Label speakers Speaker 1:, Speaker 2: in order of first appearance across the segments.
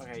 Speaker 1: Okay,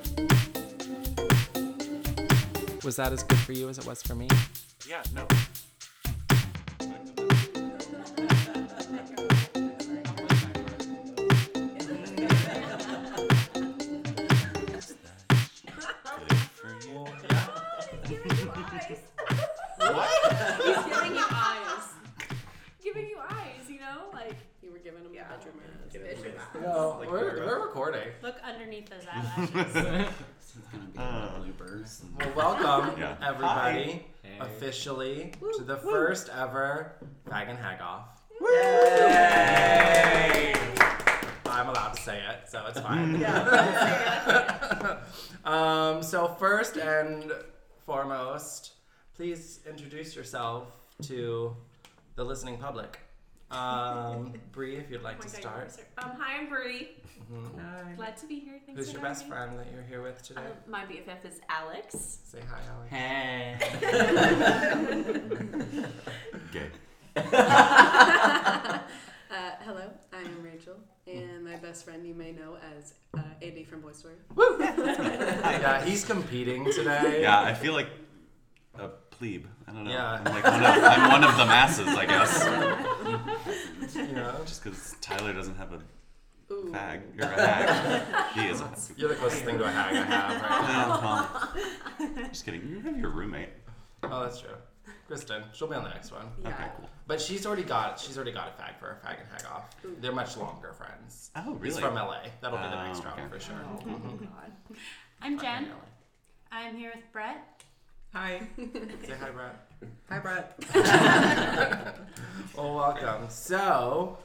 Speaker 1: Was that as good for you as it was for me?
Speaker 2: Yeah, no.
Speaker 3: He's giving you eyes. giving you eyes, you know? Like, you were giving him the bedroom eyes.
Speaker 1: No, we're, we're recording.
Speaker 3: Look underneath those eyelashes.
Speaker 1: Well, welcome
Speaker 2: Yeah.
Speaker 1: everybody officially to the first ever Fag and Hag Off. Yay! I'm allowed to say it, so it's fine. um, so first and foremost, please introduce yourself to the listening public. Um, Bree, if you'd like
Speaker 4: Oh
Speaker 1: to start.
Speaker 3: Um, hi, I'm Brie.
Speaker 1: Hi.
Speaker 3: Glad to be here. Thanks
Speaker 1: Who's
Speaker 3: for
Speaker 1: your
Speaker 3: having
Speaker 1: best
Speaker 3: me.
Speaker 1: friend that you're here with today?
Speaker 4: Oh.
Speaker 3: Um, my BFF is Alex.
Speaker 1: Say hi, Alex.
Speaker 5: Hey.
Speaker 2: Gay.
Speaker 6: Uh, hello, I am Rachel,
Speaker 2: Hmm.
Speaker 6: and my best friend you may know as uh, AD from Boy Story.
Speaker 1: yeah, he's competing today.
Speaker 2: Yeah, I feel like a plebe. I don't know.
Speaker 1: Yeah.
Speaker 2: I'm like one of, I'm one of the masses, I guess.
Speaker 1: You know,
Speaker 2: Just because Tyler doesn't have a
Speaker 6: Ooh.
Speaker 2: fag. You're a hag. He is a
Speaker 1: you're the closest thing to a hag I have right now.
Speaker 2: Um, Just kidding. You have your roommate.
Speaker 1: Oh, that's true. Kristen, she'll be on the next one.
Speaker 6: Yeah.
Speaker 2: Okay, cool.
Speaker 1: But she's already got she's already got a fag for a fag and hag off. They're much longer friends.
Speaker 2: Oh,
Speaker 1: He's
Speaker 2: really?
Speaker 1: from LA. That'll be the
Speaker 2: Oh,
Speaker 1: next round
Speaker 2: okay.
Speaker 1: for sure. Mm-hmm.
Speaker 6: Oh my god.
Speaker 3: I'm Jen.
Speaker 1: Fucking
Speaker 3: I'm here with Brett.
Speaker 5: Hi.
Speaker 1: LA. Say hi, Brett.
Speaker 5: Hi, Brett.
Speaker 1: Well, welcome. So,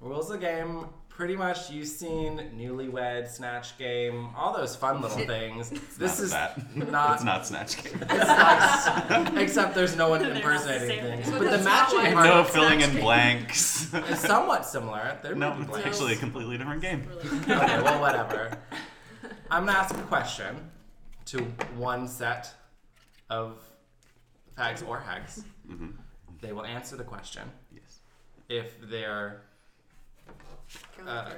Speaker 1: rules of the game. Pretty much, you've seen Newlywed, Snatch Game, all those fun little things. this
Speaker 2: not
Speaker 1: is
Speaker 2: that.
Speaker 1: not
Speaker 2: It's not Snatch Game.
Speaker 1: It's not, except there's no one
Speaker 3: They're not the
Speaker 1: impersonating
Speaker 3: same.
Speaker 1: things.
Speaker 3: So
Speaker 1: But the
Speaker 6: that's not
Speaker 1: matching
Speaker 6: why-
Speaker 2: No
Speaker 1: part
Speaker 2: filling in
Speaker 6: Game.
Speaker 2: blanks.
Speaker 1: is somewhat similar. There
Speaker 2: No,
Speaker 1: may be
Speaker 2: it's
Speaker 1: blanks.
Speaker 2: actually a completely different game.
Speaker 1: okay, well, whatever. I'm gonna ask a question to one set of fags or hags.
Speaker 2: Mhm.
Speaker 1: They will answer the question.
Speaker 2: Yes.
Speaker 1: If their uh,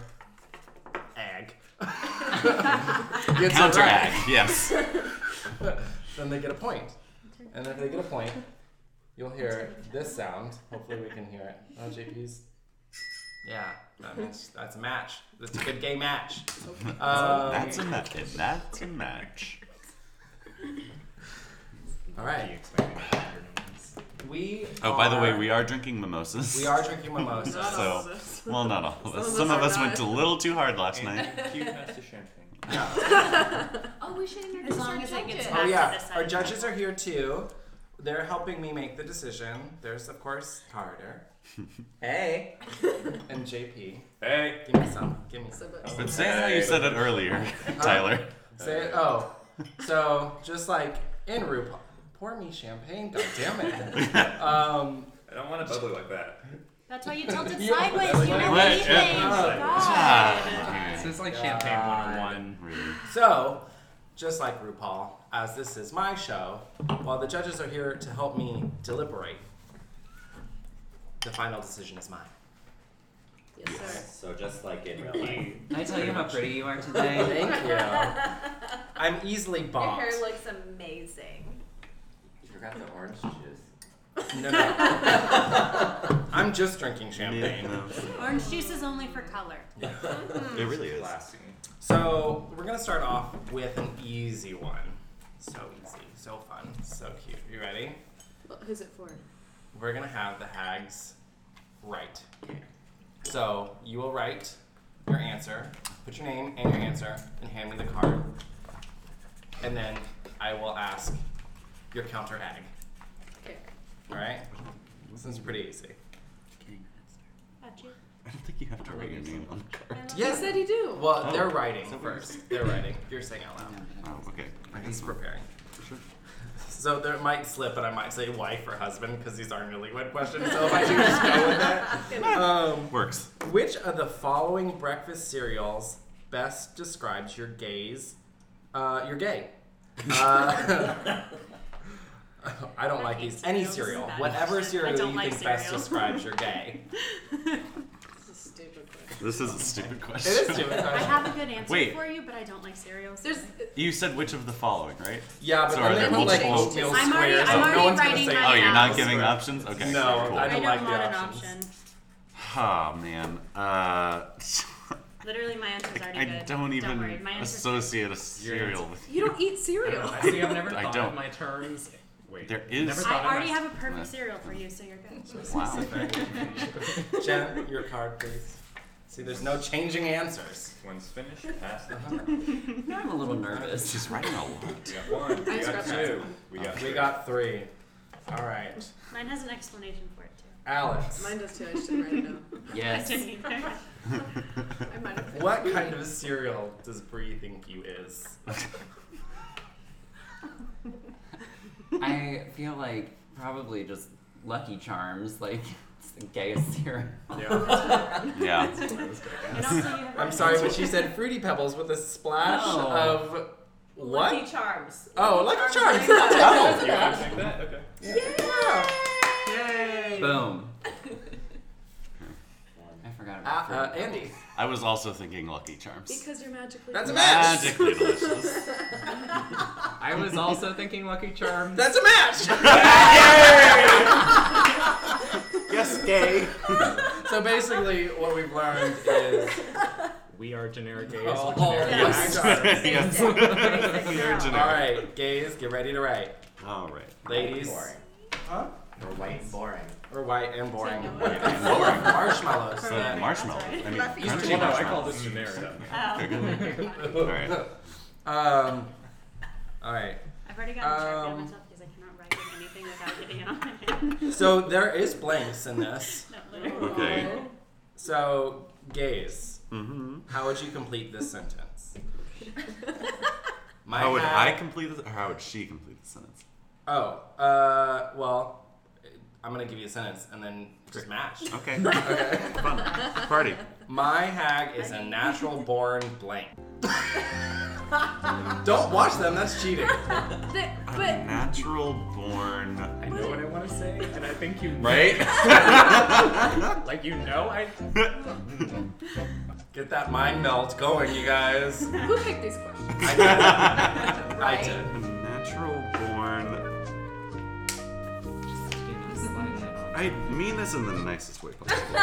Speaker 1: counter egg
Speaker 2: Counter hag. Yes.
Speaker 1: then they get a point. And if they get a point, you'll hear this sound. Hopefully, we can hear it. Oh, JP's. Yeah, that means that's a match. That's a good gay match. Um,
Speaker 2: That's a match. That's a match.
Speaker 1: all right. We.
Speaker 2: Oh, by the way,
Speaker 1: are-
Speaker 2: we are drinking mimosas.
Speaker 1: we are drinking mimosas.
Speaker 6: Not all of
Speaker 2: So-
Speaker 6: us.
Speaker 2: Well, not all of us.
Speaker 6: Some
Speaker 2: Some
Speaker 6: of
Speaker 2: of
Speaker 6: us
Speaker 2: us
Speaker 6: are
Speaker 2: went a
Speaker 6: not.
Speaker 2: little too hard last night.
Speaker 5: Cute master champagne.
Speaker 3: Oh, we should introduce our
Speaker 6: long as it
Speaker 3: judges.
Speaker 6: gets
Speaker 1: Oh
Speaker 6: After
Speaker 1: yeah,
Speaker 3: This
Speaker 1: our
Speaker 3: side.
Speaker 1: judges are here too. They're helping me make the decision. There's of course Carter
Speaker 5: Hey.
Speaker 1: and JP.
Speaker 5: Hey.
Speaker 1: Give me some. Give me
Speaker 6: So,
Speaker 1: some.
Speaker 6: but-
Speaker 2: But say how you said it earlier, Tyler.
Speaker 1: Say oh, so just like in RuPaul. Pour me champagne, god damn it. Um,
Speaker 5: I don't want to bubbly like that.
Speaker 3: That's why you tilted
Speaker 1: Yeah.
Speaker 3: sideways. You know
Speaker 2: What?
Speaker 3: anything.
Speaker 2: Yeah. Ah,
Speaker 3: God.
Speaker 5: This is like
Speaker 1: champagne God. 101. So, just like RuPaul, as this is my show, while the judges are here to help me deliberate, the final decision is mine.
Speaker 6: Yes, sir.
Speaker 5: So just like in real life.
Speaker 7: Can I tell you how pretty you are today?
Speaker 1: Thank you. I'm easily
Speaker 3: Your
Speaker 1: bombed.
Speaker 3: hair looks amazing.
Speaker 5: You forgot the orange juice.
Speaker 1: No, no. I'm just drinking champagne.
Speaker 3: Orange juice is only for color.
Speaker 2: It really is.
Speaker 5: Blasting.
Speaker 1: So we're gonna start off with an easy one. So easy, so fun, so cute. You ready?
Speaker 6: Well, who's it for?
Speaker 1: We're gonna have the hags write. So you will write your answer, put your name and your answer, and hand me the card. And then I will ask your counter hag.
Speaker 6: Okay.
Speaker 1: All right? This is pretty easy.
Speaker 3: Got you.
Speaker 2: I don't think you have to write your name on the card.
Speaker 1: Yes.
Speaker 6: He said you do.
Speaker 1: Well,
Speaker 2: Oh.
Speaker 1: they're writing
Speaker 2: So weird.
Speaker 1: first. They're writing. You're saying out
Speaker 7: No,
Speaker 1: loud.
Speaker 7: no,
Speaker 2: Oh, okay.
Speaker 1: He's preparing.
Speaker 2: Sure.
Speaker 1: So there might slip, but I might say wife or husband because these are newlywed questions. So if I do just go with it. Um,
Speaker 2: Works.
Speaker 1: which of the following breakfast cereals best describes your gaze? Uh, you're gay. Uh, I don't like these. Any cereal, whatever cereal
Speaker 4: don't
Speaker 1: you
Speaker 4: like
Speaker 1: think best
Speaker 4: cereal.
Speaker 1: describes your gay.
Speaker 6: It's a stupid question.
Speaker 2: This is a stupid
Speaker 1: It
Speaker 2: question.
Speaker 1: is stupid question.
Speaker 4: I have a good answer
Speaker 2: Wait.
Speaker 4: for you, but I don't like cereals.
Speaker 6: There's
Speaker 2: You said which of the following, right?
Speaker 1: Yeah, but
Speaker 2: So
Speaker 1: then
Speaker 2: are
Speaker 1: they
Speaker 2: there
Speaker 1: put like
Speaker 2: multiple-
Speaker 1: oatmeal
Speaker 4: I'm already-
Speaker 1: squares. so
Speaker 4: I'm
Speaker 1: no
Speaker 4: already
Speaker 1: one's gonna
Speaker 4: writing
Speaker 1: say
Speaker 4: mine
Speaker 2: Oh, you're
Speaker 4: Yeah.
Speaker 2: not giving options? Okay.
Speaker 1: No,
Speaker 2: cool.
Speaker 1: I don't like the
Speaker 4: want
Speaker 1: options.
Speaker 4: an option.
Speaker 2: Oh, man. Uh.
Speaker 4: Literally, my answer's already
Speaker 2: I
Speaker 4: good.
Speaker 2: don't even
Speaker 4: worry, my answer's
Speaker 2: associate a cereal with
Speaker 6: you don't eat cereal.
Speaker 8: I see. I've never
Speaker 2: I
Speaker 8: thought of
Speaker 2: don't.
Speaker 8: my terms. Wait,
Speaker 2: There is-
Speaker 8: Never thought
Speaker 4: I
Speaker 8: of
Speaker 4: already
Speaker 8: my-
Speaker 4: have a perfect
Speaker 2: Yeah.
Speaker 4: cereal for you, so you're good.
Speaker 2: Wow.
Speaker 1: Jen, your card, please. See, there's no changing answers.
Speaker 5: One's finished. Pass
Speaker 1: Uh-huh.
Speaker 5: it.
Speaker 7: no. I'm a little nervous.
Speaker 2: She's writing a lot.
Speaker 5: We got one. We got
Speaker 6: scratched
Speaker 5: two. We got
Speaker 1: We
Speaker 5: three.
Speaker 1: got three. All right,
Speaker 4: Mine has an explanation for it too.
Speaker 1: Alex.
Speaker 6: Mine does too. I should write it down.
Speaker 7: Yes.
Speaker 4: I didn't either.
Speaker 6: I might have.
Speaker 1: What kind of cereal does Bree think you is?
Speaker 7: I feel like probably just Lucky Charms, like it's the gayest cereal.
Speaker 2: yeah.
Speaker 4: And also, you have
Speaker 1: I'm sorry, but she said fruity pebbles with a splash
Speaker 7: No.
Speaker 1: of what?
Speaker 3: Lucky Charms.
Speaker 1: oh, Lucky Charms.
Speaker 2: Oh.
Speaker 5: Like that? Okay.
Speaker 1: Yay!
Speaker 7: Boom.
Speaker 5: One.
Speaker 7: I forgot
Speaker 1: Uh,
Speaker 7: about
Speaker 1: uh,
Speaker 7: fruit.
Speaker 1: Andy,
Speaker 2: I was also thinking Lucky Charms.
Speaker 6: Because you're magically.
Speaker 1: That's a match.
Speaker 2: Magically delicious.
Speaker 7: I was also thinking Lucky Charms.
Speaker 1: That's a match.
Speaker 2: yes, gay.
Speaker 1: so basically, what we've learned is
Speaker 8: we are generic gays.
Speaker 1: Oh,
Speaker 8: with generic
Speaker 1: yes.
Speaker 4: Basic girl. Basic
Speaker 2: We are
Speaker 4: girl.
Speaker 2: generic.
Speaker 1: all right, gays, get ready to write,
Speaker 2: All right.
Speaker 1: ladies.
Speaker 5: Boring.
Speaker 1: Huh?
Speaker 5: We're white and boring.
Speaker 1: Or white and boring.
Speaker 6: Take
Speaker 1: Full
Speaker 6: away.
Speaker 1: of marshmallows.
Speaker 4: So
Speaker 2: So
Speaker 1: then.
Speaker 2: marshmallow.
Speaker 4: That's
Speaker 2: I mean,
Speaker 4: right.
Speaker 2: crunchy
Speaker 5: Well, no, I call
Speaker 2: marshmallow.
Speaker 5: this generic.
Speaker 4: Oh.
Speaker 2: All right.
Speaker 1: Um. All right.
Speaker 4: I've already gotten checked
Speaker 1: Um,
Speaker 4: on myself because I cannot write anything without getting it on my hand.
Speaker 1: So there is blanks in this.
Speaker 4: No, literally.
Speaker 2: Okay.
Speaker 1: So gaze.
Speaker 2: Mm-hmm.
Speaker 1: How would you complete this sentence? My
Speaker 2: How would I
Speaker 1: hat-
Speaker 2: complete this, or how would she complete the sentence?
Speaker 1: Oh. Uh. Well, I'm gonna give you a sentence and then just match.
Speaker 2: Okay. okay. Fun. Party.
Speaker 1: My hag is a natural born blank. Don't watch them. That's cheating.
Speaker 2: A
Speaker 6: But
Speaker 2: natural born.
Speaker 8: I know what I want to say, and I think you
Speaker 2: Right?
Speaker 8: Like you know, I.
Speaker 1: Get that mind melt going, you guys.
Speaker 6: who picked these questions?
Speaker 1: I did. I did.
Speaker 2: Natural born. I mean this in the nicest way possible.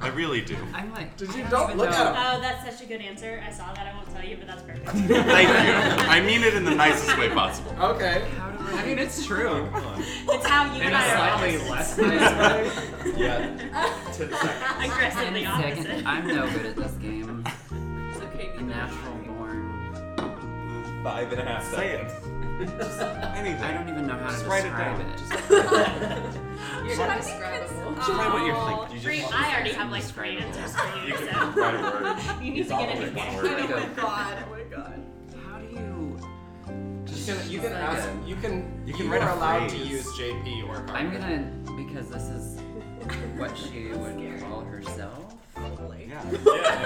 Speaker 2: I really do.
Speaker 7: I'm like.
Speaker 1: Did
Speaker 7: I
Speaker 1: you-
Speaker 7: don't
Speaker 1: don't
Speaker 7: even
Speaker 1: look
Speaker 7: know.
Speaker 1: at
Speaker 4: Oh, that's such a good answer. I saw that. I won't tell you, but that's perfect.
Speaker 2: Thank you. I mean it in the nicest way possible.
Speaker 1: Okay.
Speaker 7: I mean, it's true.
Speaker 4: It's how you
Speaker 8: In
Speaker 4: and
Speaker 8: a
Speaker 4: I are
Speaker 8: slightly
Speaker 4: opposite.
Speaker 8: less nice way.
Speaker 1: Yeah. to the second.
Speaker 4: aggressively opposite.
Speaker 7: Second, I'm no good at this game.
Speaker 6: It's okay. neither.
Speaker 7: Natural born.
Speaker 5: Five and a half
Speaker 2: Say it.
Speaker 5: seconds.
Speaker 2: Anything.
Speaker 7: I don't even know how
Speaker 2: Just
Speaker 7: to
Speaker 2: write it
Speaker 7: describe
Speaker 2: down.
Speaker 7: it.
Speaker 6: You're indescribable.
Speaker 2: Just write what you're thinking.
Speaker 4: Three- Oh, I already have like three answers for you, so
Speaker 5: Write a word.
Speaker 4: you need to get a new
Speaker 6: Oh
Speaker 4: game.
Speaker 6: my god. Oh my god.
Speaker 7: How do you?
Speaker 1: You can, you can ask. You can.
Speaker 2: You can write
Speaker 1: are
Speaker 2: a
Speaker 1: allowed to
Speaker 2: phrase.
Speaker 1: use JP or. Carter.
Speaker 7: I'm gonna because this is what she would call herself.
Speaker 2: Yeah.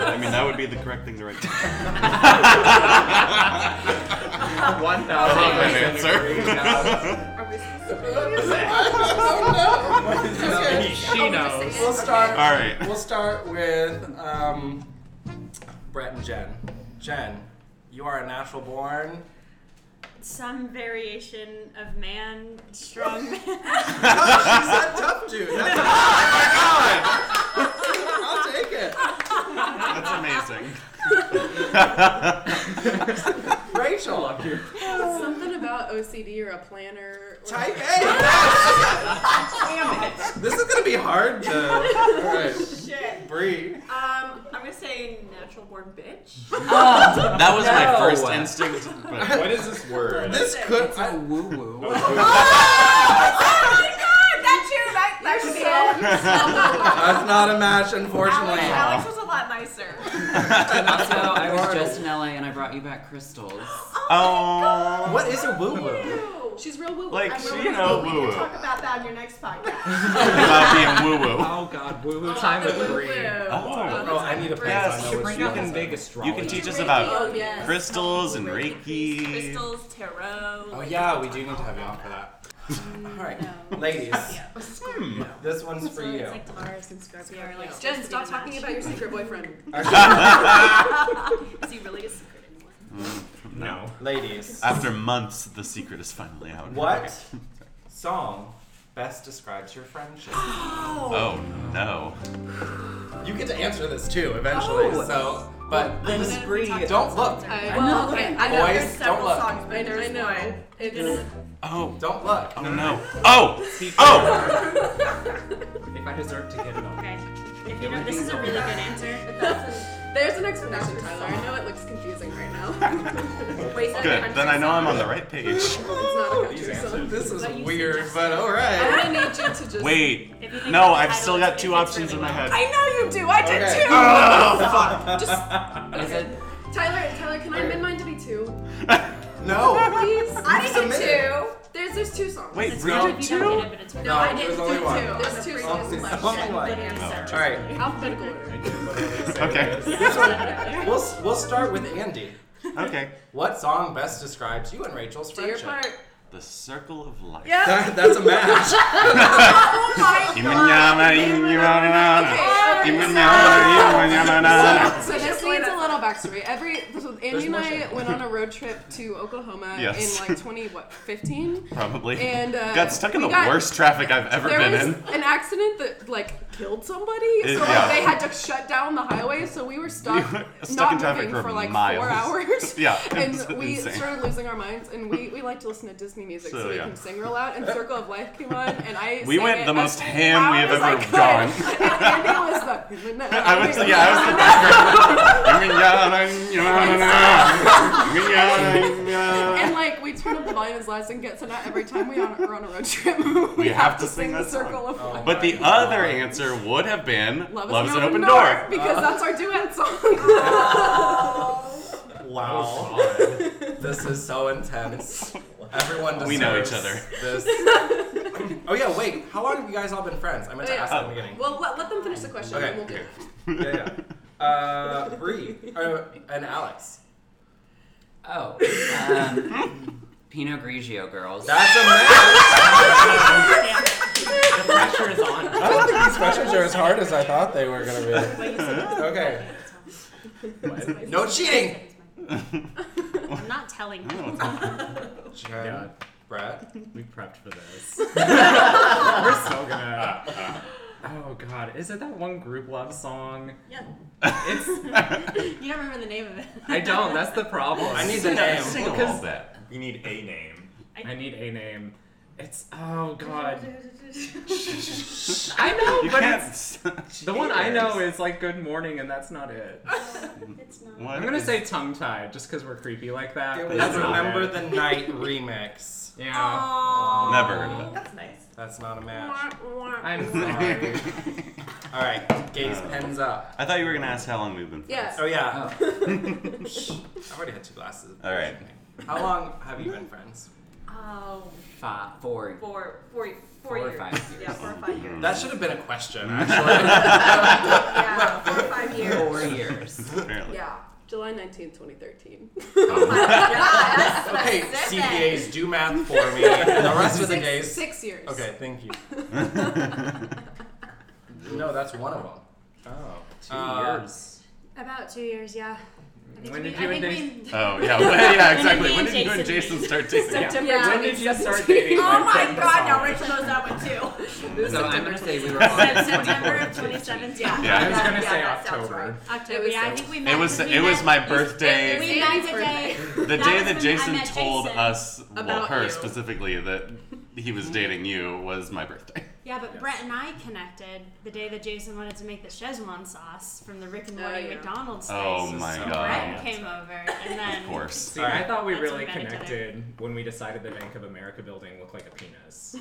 Speaker 2: I mean that would be the correct thing to write. down.
Speaker 5: One
Speaker 2: That's
Speaker 5: thousand.
Speaker 2: not my answer.
Speaker 1: Oh, okay.
Speaker 8: She knows.
Speaker 1: We'll start.
Speaker 2: All right.
Speaker 1: We'll start with um, Brett and Jen. Jen, you are a natural born.
Speaker 4: Some variation of man, strong man.
Speaker 1: Oh, She's that tough dude. That's- I'll take it.
Speaker 2: That's amazing.
Speaker 1: Rachel,
Speaker 6: Something about OCD or a planner. Or
Speaker 1: type A. Damn it. This is gonna be hard to. All right.
Speaker 3: Shit.
Speaker 1: Bree.
Speaker 3: Um, I'm gonna say natural born bitch.
Speaker 2: That was my
Speaker 1: Oh.
Speaker 7: No.
Speaker 2: first instinct. But
Speaker 5: What is this word?
Speaker 1: This could.
Speaker 7: It's a woo woo.
Speaker 5: Oh,
Speaker 3: oh my god, that's your that, They're so
Speaker 1: That's not a match, unfortunately.
Speaker 7: Alex- Alex
Speaker 3: was a lot nicer.
Speaker 7: also, I was just in LA and I brought you back crystals.
Speaker 2: Oh.
Speaker 1: What is a woo woo?
Speaker 6: Oh, She's real woo.
Speaker 2: Like,
Speaker 6: I'm real
Speaker 2: she
Speaker 6: woo-woo.
Speaker 2: know
Speaker 9: we
Speaker 2: woo
Speaker 9: can
Speaker 2: woo.
Speaker 9: talk about that on your next podcast.
Speaker 2: About being woo woo.
Speaker 8: Oh god, woo woo time with Bree.
Speaker 1: Oh, I need a place.
Speaker 2: Yes,
Speaker 1: I know
Speaker 2: you
Speaker 1: what's
Speaker 8: You can
Speaker 1: wrong.
Speaker 8: big astrology.
Speaker 2: You can teach us
Speaker 9: Reiki,
Speaker 2: about
Speaker 6: Oh yes.
Speaker 2: crystals and Reiki.
Speaker 3: Crystals, tarot.
Speaker 1: Oh yeah, we do need to have you on for that. All right, ladies,
Speaker 2: Hmm.
Speaker 1: this one's for you.
Speaker 4: It's like Taurus and Scorpio are like.
Speaker 6: Jen, stop talking about your secret boyfriend.
Speaker 4: Is he really a secret anymore?
Speaker 2: No.
Speaker 1: ladies,
Speaker 2: After months, the secret is finally out.
Speaker 1: what song best describes your friendship?
Speaker 2: Oh no.
Speaker 1: You get to answer this too eventually. So, but
Speaker 6: Then
Speaker 1: please
Speaker 6: we
Speaker 1: breathe.
Speaker 6: talk about
Speaker 1: Don't look.
Speaker 6: I, Uh,
Speaker 9: Well,
Speaker 6: well, okay.
Speaker 9: okay,
Speaker 6: I
Speaker 1: Boys,
Speaker 6: know.
Speaker 9: there's several
Speaker 1: don't look.
Speaker 9: songs, but
Speaker 6: I know.
Speaker 9: there's
Speaker 6: I know.
Speaker 9: one.
Speaker 6: It's
Speaker 2: Oh.
Speaker 1: Don't look.
Speaker 2: Oh no. Oh. Oh.
Speaker 8: If I deserve to get it on.
Speaker 4: Okay. If you know, this is a really good answer.
Speaker 6: there's an explanation, Tyler. I know it looks confusing right now.
Speaker 9: Wait, so
Speaker 2: Good. Then I know I'm on the right page.
Speaker 6: it's not a country
Speaker 1: These
Speaker 6: song.
Speaker 1: This is
Speaker 4: But you
Speaker 1: weird,
Speaker 4: suggested
Speaker 1: but all right.
Speaker 6: I need you to just
Speaker 2: Wait.
Speaker 4: If you think
Speaker 2: No,
Speaker 4: about the
Speaker 2: I've
Speaker 4: title,
Speaker 2: still
Speaker 4: it's-
Speaker 2: got two
Speaker 4: it's
Speaker 2: options
Speaker 4: really
Speaker 2: in my
Speaker 4: long.
Speaker 2: head.
Speaker 9: I know you do. I did
Speaker 1: Okay.
Speaker 9: too.
Speaker 2: Oh fuck.
Speaker 6: just
Speaker 7: Is it?
Speaker 6: Tyler. Tyler, can I amend mine to be two?
Speaker 1: No.
Speaker 6: Please.
Speaker 9: I did
Speaker 1: Submitted.
Speaker 9: too.
Speaker 6: There's there's two songs.
Speaker 2: Wait,
Speaker 4: It's
Speaker 2: really?
Speaker 4: wrong if you don't get it, but it's
Speaker 1: No,
Speaker 4: wrong.
Speaker 1: there's only
Speaker 6: do
Speaker 1: one.
Speaker 6: too. There's two
Speaker 1: Oh,
Speaker 6: songs
Speaker 1: there's
Speaker 6: left.
Speaker 1: only one.
Speaker 4: Literally several.
Speaker 1: All right.
Speaker 6: Alphabetical order.
Speaker 2: Okay.
Speaker 1: We'll s- we'll start with Andy.
Speaker 2: Okay.
Speaker 1: What song best describes you and Rachel's
Speaker 6: Do your
Speaker 1: friendship?
Speaker 6: part.
Speaker 2: The circle of life.
Speaker 9: Yeah.
Speaker 1: That- that's a match.
Speaker 9: Oh my
Speaker 2: Imunyama, imunyama,
Speaker 9: God.
Speaker 2: imunyama, imunyama.
Speaker 6: So this needs a little backstory. Every so
Speaker 1: There's
Speaker 6: Andy and
Speaker 1: more
Speaker 6: I
Speaker 1: shit.
Speaker 6: went on a road trip to Oklahoma
Speaker 2: Yes.
Speaker 6: in like 20 what 15,
Speaker 2: Probably.
Speaker 6: and uh,
Speaker 2: Got stuck in
Speaker 6: we
Speaker 2: the
Speaker 6: got-
Speaker 2: worst traffic I've ever
Speaker 6: There
Speaker 2: been
Speaker 6: was
Speaker 2: in.
Speaker 6: an accident that like killed somebody,
Speaker 2: It-
Speaker 6: so like,
Speaker 2: yeah.
Speaker 6: they had to shut down the highway. So we were stuck,
Speaker 2: We were stuck
Speaker 6: not
Speaker 2: in traffic
Speaker 6: moving
Speaker 2: for
Speaker 6: like
Speaker 2: miles.
Speaker 6: four hours.
Speaker 2: Yeah, it was
Speaker 6: and we
Speaker 2: insane.
Speaker 6: started losing our minds. And we, we like to listen to Disney music, so,
Speaker 2: So,
Speaker 6: we
Speaker 2: yeah.
Speaker 6: can sing real loud. And Circle of Life came on, and I
Speaker 2: We
Speaker 6: sang
Speaker 2: went
Speaker 6: it
Speaker 2: the
Speaker 6: as
Speaker 2: most ham we
Speaker 6: loud
Speaker 2: have
Speaker 6: as I
Speaker 2: ever
Speaker 6: could.
Speaker 2: gone.
Speaker 6: and Andy was the.
Speaker 2: I was, yeah, I was the background.
Speaker 6: And like we turn up the volume as loud as it gets, and not every time we on, are on a road trip, we,
Speaker 2: We have to sing
Speaker 6: the
Speaker 2: that song.
Speaker 6: circle of
Speaker 1: Oh
Speaker 6: life.
Speaker 2: But the other answer would have been
Speaker 6: Love,
Speaker 2: Love,
Speaker 6: is
Speaker 2: is an Open Door. Uh.
Speaker 6: because that's our duet song.
Speaker 1: Wow. This is so intense. Everyone deserves
Speaker 2: We know each other.
Speaker 1: This. Oh yeah, wait. How long have you guys all been friends? I meant to
Speaker 6: Yeah.
Speaker 1: ask that at the beginning.
Speaker 6: well, let, let them finish the question,
Speaker 1: Okay.
Speaker 6: and we'll
Speaker 2: Okay.
Speaker 6: do.
Speaker 1: Yeah, yeah. Uh, Bree uh, and Alex.
Speaker 7: Oh. Um, Pinot Grigio girls.
Speaker 1: That's a match.
Speaker 8: The pressure is on.
Speaker 1: I don't think these questions are as hard as I thought they were gonna be. Okay. No cheating.
Speaker 4: I'm not telling
Speaker 2: Oh.
Speaker 4: you.
Speaker 1: Jen,
Speaker 8: Yeah.
Speaker 1: Brett.
Speaker 8: We prepped for this. We're so gonna. Oh god, is it that one group love song?
Speaker 4: Yeah.
Speaker 8: It's.
Speaker 4: You don't remember the name of it.
Speaker 8: I don't. That's the problem.
Speaker 1: I need the name.
Speaker 2: Sing along with that.
Speaker 5: You need a name.
Speaker 8: I need a name. It's oh god.
Speaker 2: I know, you
Speaker 8: but
Speaker 2: can't. s-
Speaker 8: The one I know is like Good Morning, and that's not it.
Speaker 4: It's not.
Speaker 2: What
Speaker 8: I'm gonna
Speaker 2: is-
Speaker 8: say tongue tied, just because we're creepy like that.
Speaker 1: It
Speaker 8: but
Speaker 1: was
Speaker 8: that's not
Speaker 1: Remember
Speaker 8: it.
Speaker 1: the Night remix.
Speaker 8: Yeah.
Speaker 2: Never heard of
Speaker 9: That's nice.
Speaker 1: That's not a match.
Speaker 8: I'm sorry.
Speaker 2: it.
Speaker 1: All right. Gaze
Speaker 8: Oh.
Speaker 1: pens up.
Speaker 2: I thought you were gonna ask how long we've been.
Speaker 6: Yeah.
Speaker 1: Oh yeah.
Speaker 7: Oh.
Speaker 1: I've already had two glasses. Of
Speaker 2: All right.
Speaker 1: How long have you been friends?
Speaker 9: Oh,
Speaker 7: Fi- four.
Speaker 9: four, four,
Speaker 7: Four or
Speaker 9: years.
Speaker 7: five
Speaker 9: Yeah, four or five
Speaker 8: Mm.
Speaker 9: years.
Speaker 1: That should have been a question, actually.
Speaker 9: yeah, four or five years.
Speaker 7: Four years.
Speaker 2: Apparently.
Speaker 9: Yeah.
Speaker 6: July 19th, 2013.
Speaker 9: Oh my god.
Speaker 1: okay,
Speaker 9: specific.
Speaker 1: CPAs, do math for me. And the rest of the
Speaker 6: six,
Speaker 1: days.
Speaker 6: six years.
Speaker 1: Okay, thank you. No, that's one of them. Oh.
Speaker 8: Two
Speaker 1: Uh,
Speaker 8: years.
Speaker 4: About two years, yeah. I think
Speaker 8: When
Speaker 4: we-
Speaker 8: did you
Speaker 4: I
Speaker 8: and
Speaker 4: think we-
Speaker 2: Oh yeah, well, yeah, exactly.
Speaker 4: me
Speaker 2: When
Speaker 4: and
Speaker 2: did you and
Speaker 4: Jason-
Speaker 2: Jason start dating?
Speaker 6: Yeah.
Speaker 8: When did you start
Speaker 6: 2017.
Speaker 8: dating?
Speaker 9: Oh
Speaker 8: Like,
Speaker 9: my
Speaker 8: from the
Speaker 9: god, now
Speaker 8: song?
Speaker 9: Rachel knows that one too.
Speaker 7: So I'm gonna say we were on
Speaker 4: Sep- September of 2017.
Speaker 9: Yeah.
Speaker 2: Yeah.
Speaker 8: I was gonna
Speaker 9: Yeah,
Speaker 8: say
Speaker 9: that sounds
Speaker 8: October.
Speaker 9: right.
Speaker 4: October. Yeah, I think we met.
Speaker 2: It was
Speaker 4: we
Speaker 2: it was
Speaker 4: met-
Speaker 2: my birthday.
Speaker 4: We met the day.
Speaker 2: the day
Speaker 4: that was when I
Speaker 2: that Jason
Speaker 4: met
Speaker 2: told
Speaker 4: Jason. Mm-hmm.
Speaker 2: us, well,
Speaker 6: About
Speaker 2: her
Speaker 6: you.
Speaker 2: specifically, that he was dating you was my birthday.
Speaker 4: Yeah, but
Speaker 5: Yes.
Speaker 4: Brett and I connected the day that Jason wanted to make the Szechuan sauce from the Rick and
Speaker 6: Oh,
Speaker 4: Morty
Speaker 6: yeah.
Speaker 4: McDonald's
Speaker 2: Oh
Speaker 4: place.
Speaker 2: my
Speaker 8: So
Speaker 2: god.
Speaker 4: Brett came over, and then
Speaker 2: Of course.
Speaker 8: See, I thought we
Speaker 4: That's
Speaker 8: really
Speaker 4: what we gotta do.
Speaker 8: connected when we decided the Bank of America building looked like a penis.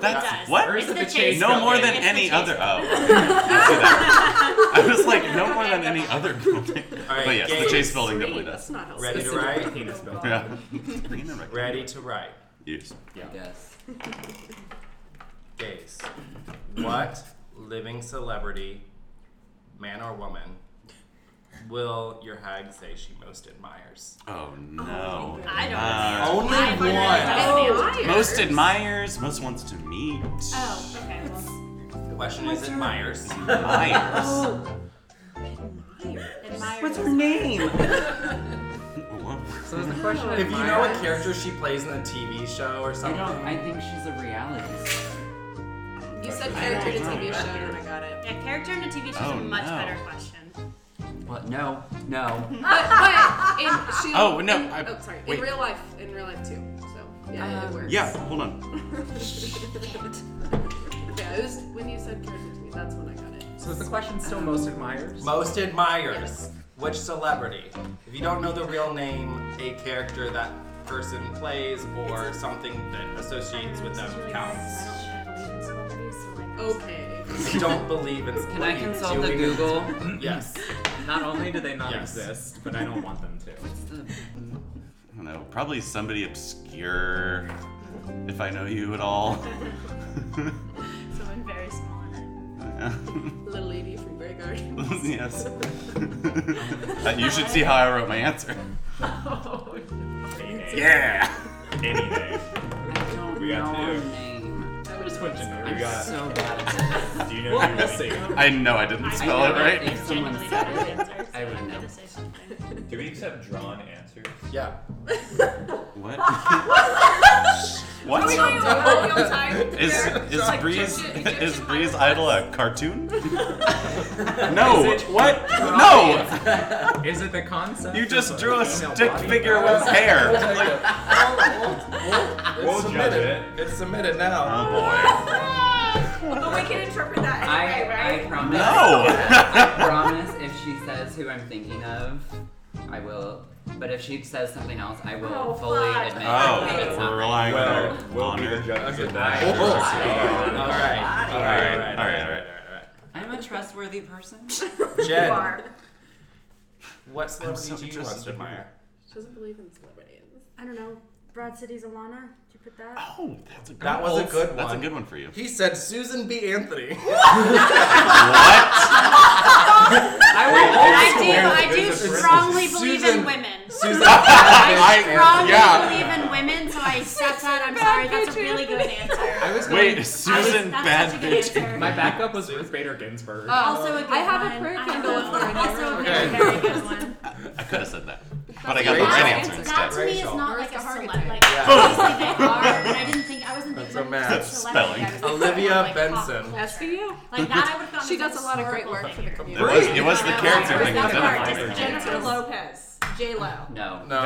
Speaker 2: That's
Speaker 4: does.
Speaker 2: what?
Speaker 8: Where's
Speaker 4: It's
Speaker 8: the
Speaker 4: the
Speaker 8: Chase
Speaker 4: Chase
Speaker 2: no more
Speaker 4: building.
Speaker 2: than
Speaker 4: It's the
Speaker 2: any
Speaker 4: Chase
Speaker 2: other.
Speaker 4: building.
Speaker 2: Oh, I didn't see that. I was like, no more than any other building.
Speaker 1: All right,
Speaker 2: but yes, the
Speaker 1: games.
Speaker 2: Chase building
Speaker 6: Three,
Speaker 2: definitely
Speaker 6: That's
Speaker 2: does.
Speaker 6: not helpful.
Speaker 1: Ready to
Speaker 8: Specifically
Speaker 1: write?
Speaker 8: penis building.
Speaker 2: Yeah. Green and rectangular.
Speaker 1: Ready to write.
Speaker 2: Yes. Oh,
Speaker 7: I guess.
Speaker 1: Gaze. What living celebrity, man or woman, will your hag say she most admires?
Speaker 2: Oh no.
Speaker 4: I don't
Speaker 2: Uh,
Speaker 1: Only
Speaker 4: I
Speaker 1: one.
Speaker 4: literally
Speaker 6: Oh,
Speaker 4: don't know.
Speaker 2: most admires, most wants to meet.
Speaker 4: Oh, okay. Well,
Speaker 1: The question is admires.
Speaker 2: Myers.
Speaker 4: Oh. admire.
Speaker 2: name? Oh,
Speaker 8: So is the question
Speaker 1: If you know what character she plays in a TV show or
Speaker 7: I
Speaker 1: something.
Speaker 7: don't. I think she's a reality. star.
Speaker 6: You said character to TV show, and I got it.
Speaker 4: Yeah, character in a TV show
Speaker 2: Oh,
Speaker 4: is a much
Speaker 2: no.
Speaker 4: better question.
Speaker 7: Well, no, no.
Speaker 6: But, but in, she,
Speaker 2: Oh, no,
Speaker 6: in-
Speaker 2: I-
Speaker 6: oh, sorry.
Speaker 2: wait.
Speaker 6: In real life, in real life too. So yeah, it works.
Speaker 2: yeah, hold on.
Speaker 6: Yeah, it was when you said character to me. That's when I got it.
Speaker 8: So is the question still most admired?
Speaker 1: Most admires. Which celebrity? If you don't know the real name, a character that person plays, or something that associates with them counts.
Speaker 4: I don't believe in celebrities, so like.
Speaker 6: Okay.
Speaker 1: I don't believe in.
Speaker 7: Can
Speaker 1: what
Speaker 7: I
Speaker 1: are you
Speaker 7: consult the
Speaker 1: doing?
Speaker 7: Google?
Speaker 1: Yes.
Speaker 8: Not only do they not
Speaker 1: Yes.
Speaker 8: exist, but I don't want them to.
Speaker 2: I don't know. Probably somebody obscure. If I know you at all.
Speaker 4: Someone very small in it.
Speaker 6: Little lady from Grey Garden.
Speaker 2: yes. you should see how I wrote my answer. Oh,
Speaker 6: Oh,
Speaker 2: Yeah.
Speaker 5: Anything.
Speaker 7: I don't
Speaker 5: We got
Speaker 7: know her
Speaker 5: two.
Speaker 7: name.
Speaker 6: I would
Speaker 8: Just what you know.
Speaker 7: I'm
Speaker 5: We got-
Speaker 7: so bad at it.
Speaker 5: Do you know
Speaker 8: Well,
Speaker 5: your
Speaker 8: we'll
Speaker 5: name?
Speaker 8: see.
Speaker 2: I know I didn't spell
Speaker 7: know
Speaker 2: it
Speaker 7: I
Speaker 2: right.
Speaker 7: think someone
Speaker 4: Genuinely
Speaker 7: said
Speaker 4: don't know
Speaker 7: it.
Speaker 4: the answer, so
Speaker 7: I would
Speaker 4: I'm
Speaker 7: know.
Speaker 4: gonna say something.
Speaker 5: Do we accept drawn answers?
Speaker 1: Yeah.
Speaker 2: What? what? Is is Breeze is Breeze Idol a cartoon? no.
Speaker 8: Is it-
Speaker 2: What? No.
Speaker 8: Is it the concept?
Speaker 2: You
Speaker 8: of
Speaker 2: just drew a
Speaker 8: female
Speaker 2: stick
Speaker 8: body?
Speaker 2: figure with hair.
Speaker 1: It's
Speaker 5: We'll judge
Speaker 1: submitted. It's submitted now.
Speaker 2: Oh
Speaker 9: But we can interpret that anyway,
Speaker 7: I, I
Speaker 9: right?
Speaker 2: boy.
Speaker 7: promise. I
Speaker 2: No.
Speaker 7: promise if she says who I'm thinking of, I will. But if she says something else, I will
Speaker 9: Oh,
Speaker 7: fully
Speaker 9: fuck.
Speaker 7: admit that
Speaker 2: Oh,
Speaker 7: it's not
Speaker 2: we're
Speaker 7: me.
Speaker 2: relying on
Speaker 5: Well, we'll
Speaker 2: our
Speaker 5: be the
Speaker 2: honor.
Speaker 5: judges of
Speaker 1: Oh,
Speaker 5: that.
Speaker 1: oh. All right. All right. All right.
Speaker 2: Alright, alright, alright.
Speaker 7: I'm a trustworthy person.
Speaker 9: You
Speaker 1: Jen,
Speaker 9: are.
Speaker 1: what celebrity
Speaker 2: so
Speaker 1: do you
Speaker 2: interested
Speaker 1: most
Speaker 2: to hear.
Speaker 1: admire?
Speaker 6: She doesn't believe in celebrities.
Speaker 4: I don't know. Broad City's Alana. Did you put that?
Speaker 2: Oh, that's a good
Speaker 1: That was a good one.
Speaker 2: That's a good one for you.
Speaker 1: He said Susan B. Anthony.
Speaker 2: What?
Speaker 1: Oh,
Speaker 7: I will.
Speaker 4: Oh, I do. I do
Speaker 1: There's a-
Speaker 4: strongly believe
Speaker 1: Susan-
Speaker 4: in women.
Speaker 1: Susan.
Speaker 4: I
Speaker 2: I-
Speaker 4: strongly
Speaker 2: yeah.
Speaker 4: believe in women, so I accept that. I'm sorry. That's a really good answer.
Speaker 8: I was going.
Speaker 2: Wait, Susan
Speaker 4: that's
Speaker 2: Bad
Speaker 4: such a good
Speaker 2: Bitch.
Speaker 4: answer.
Speaker 8: My backup was Ruth Bader Ginsburg.
Speaker 4: also a good
Speaker 6: I have a
Speaker 4: one.
Speaker 6: prayer
Speaker 4: I have
Speaker 6: candle
Speaker 4: a-
Speaker 6: with her in
Speaker 4: Also a
Speaker 1: Okay.
Speaker 4: very, very good one.
Speaker 2: I could have said that, but I got the
Speaker 1: Rachel.
Speaker 2: right answer
Speaker 6: That's
Speaker 4: That
Speaker 2: instead.
Speaker 4: to me is
Speaker 1: Rachel.
Speaker 4: not
Speaker 6: Where's
Speaker 4: like a
Speaker 6: the
Speaker 4: celeb.
Speaker 6: target
Speaker 4: Like,
Speaker 6: thing?
Speaker 1: Yeah.
Speaker 4: obviously they are, but I didn't think, I wasn't
Speaker 1: That's
Speaker 4: thinking
Speaker 1: a
Speaker 4: like
Speaker 1: mad
Speaker 4: celebrity. I was thinking
Speaker 1: Olivia
Speaker 4: more like pop
Speaker 1: Benson.
Speaker 4: culture. Like that,
Speaker 6: SVU.
Speaker 4: I would have gotten
Speaker 6: She
Speaker 4: as
Speaker 6: does a lot of great work for the
Speaker 4: historical
Speaker 2: It
Speaker 6: community.
Speaker 2: was, it was the
Speaker 4: Yeah.
Speaker 2: character thing
Speaker 4: Yeah.
Speaker 2: that identified me.
Speaker 9: Jennifer Lopez. J Lo.
Speaker 7: No.
Speaker 1: No.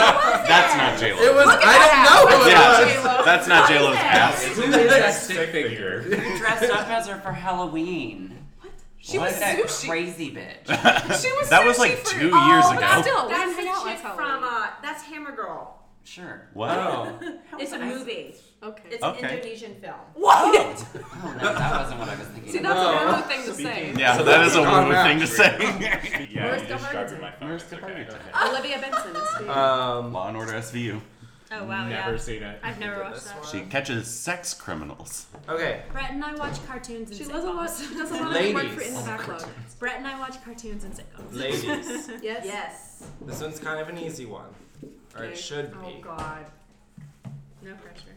Speaker 2: That's not J
Speaker 1: It
Speaker 2: Lo.
Speaker 1: was. I don't know who it was.
Speaker 2: Yeah, that's not J Lo's ass.
Speaker 8: Who is that stick figure?
Speaker 7: You dressed up as her for Halloween. What? She
Speaker 2: was
Speaker 7: that
Speaker 6: sushi.
Speaker 7: crazy bitch.
Speaker 2: That was like
Speaker 9: sushi for-
Speaker 2: two
Speaker 9: Oh,
Speaker 2: years
Speaker 9: but
Speaker 2: ago.
Speaker 6: Still, we
Speaker 9: That's the
Speaker 6: hang out
Speaker 9: chick
Speaker 6: last
Speaker 9: from
Speaker 6: Halloween.
Speaker 9: uh, that's Hammer Girl.
Speaker 7: Sure.
Speaker 2: What?
Speaker 9: It's a movie.
Speaker 6: Okay.
Speaker 9: It's an
Speaker 2: Okay.
Speaker 9: Indonesian film.
Speaker 6: What?
Speaker 7: Oh no, that wasn't what I was thinking.
Speaker 6: See,
Speaker 7: of.
Speaker 6: that's a rude thing to say.
Speaker 2: Yeah,
Speaker 1: So
Speaker 2: that is a
Speaker 1: that's not
Speaker 2: weird thing to
Speaker 1: accurate.
Speaker 2: say.
Speaker 5: Yeah, you
Speaker 6: Mariska
Speaker 5: just
Speaker 6: Hargitay.
Speaker 5: sharpened my phone.
Speaker 7: Mariska
Speaker 5: It's okay.
Speaker 7: Hargitay.
Speaker 5: Okay.
Speaker 6: Olivia Benson, SVU.
Speaker 1: Um.
Speaker 2: Law and Order SVU.
Speaker 4: Oh wow,
Speaker 8: Never
Speaker 4: yeah.
Speaker 8: seen it.
Speaker 4: I've never watched
Speaker 1: this
Speaker 4: that.
Speaker 1: one.
Speaker 2: She catches sex criminals.
Speaker 1: Okay.
Speaker 4: Brett and I watch cartoons and
Speaker 6: she does a lot.
Speaker 4: sitcoms.
Speaker 6: She does a lot of work
Speaker 1: Ladies.
Speaker 6: for
Speaker 1: Oh,
Speaker 6: in the backlog.
Speaker 4: Brett and I watch cartoons and sitcoms.
Speaker 1: Ladies.
Speaker 6: Yes.
Speaker 9: Yes.
Speaker 1: This one's kind of an easy one, or
Speaker 6: Okay.
Speaker 1: it should
Speaker 9: Oh
Speaker 1: be.
Speaker 9: God.
Speaker 4: No pressure.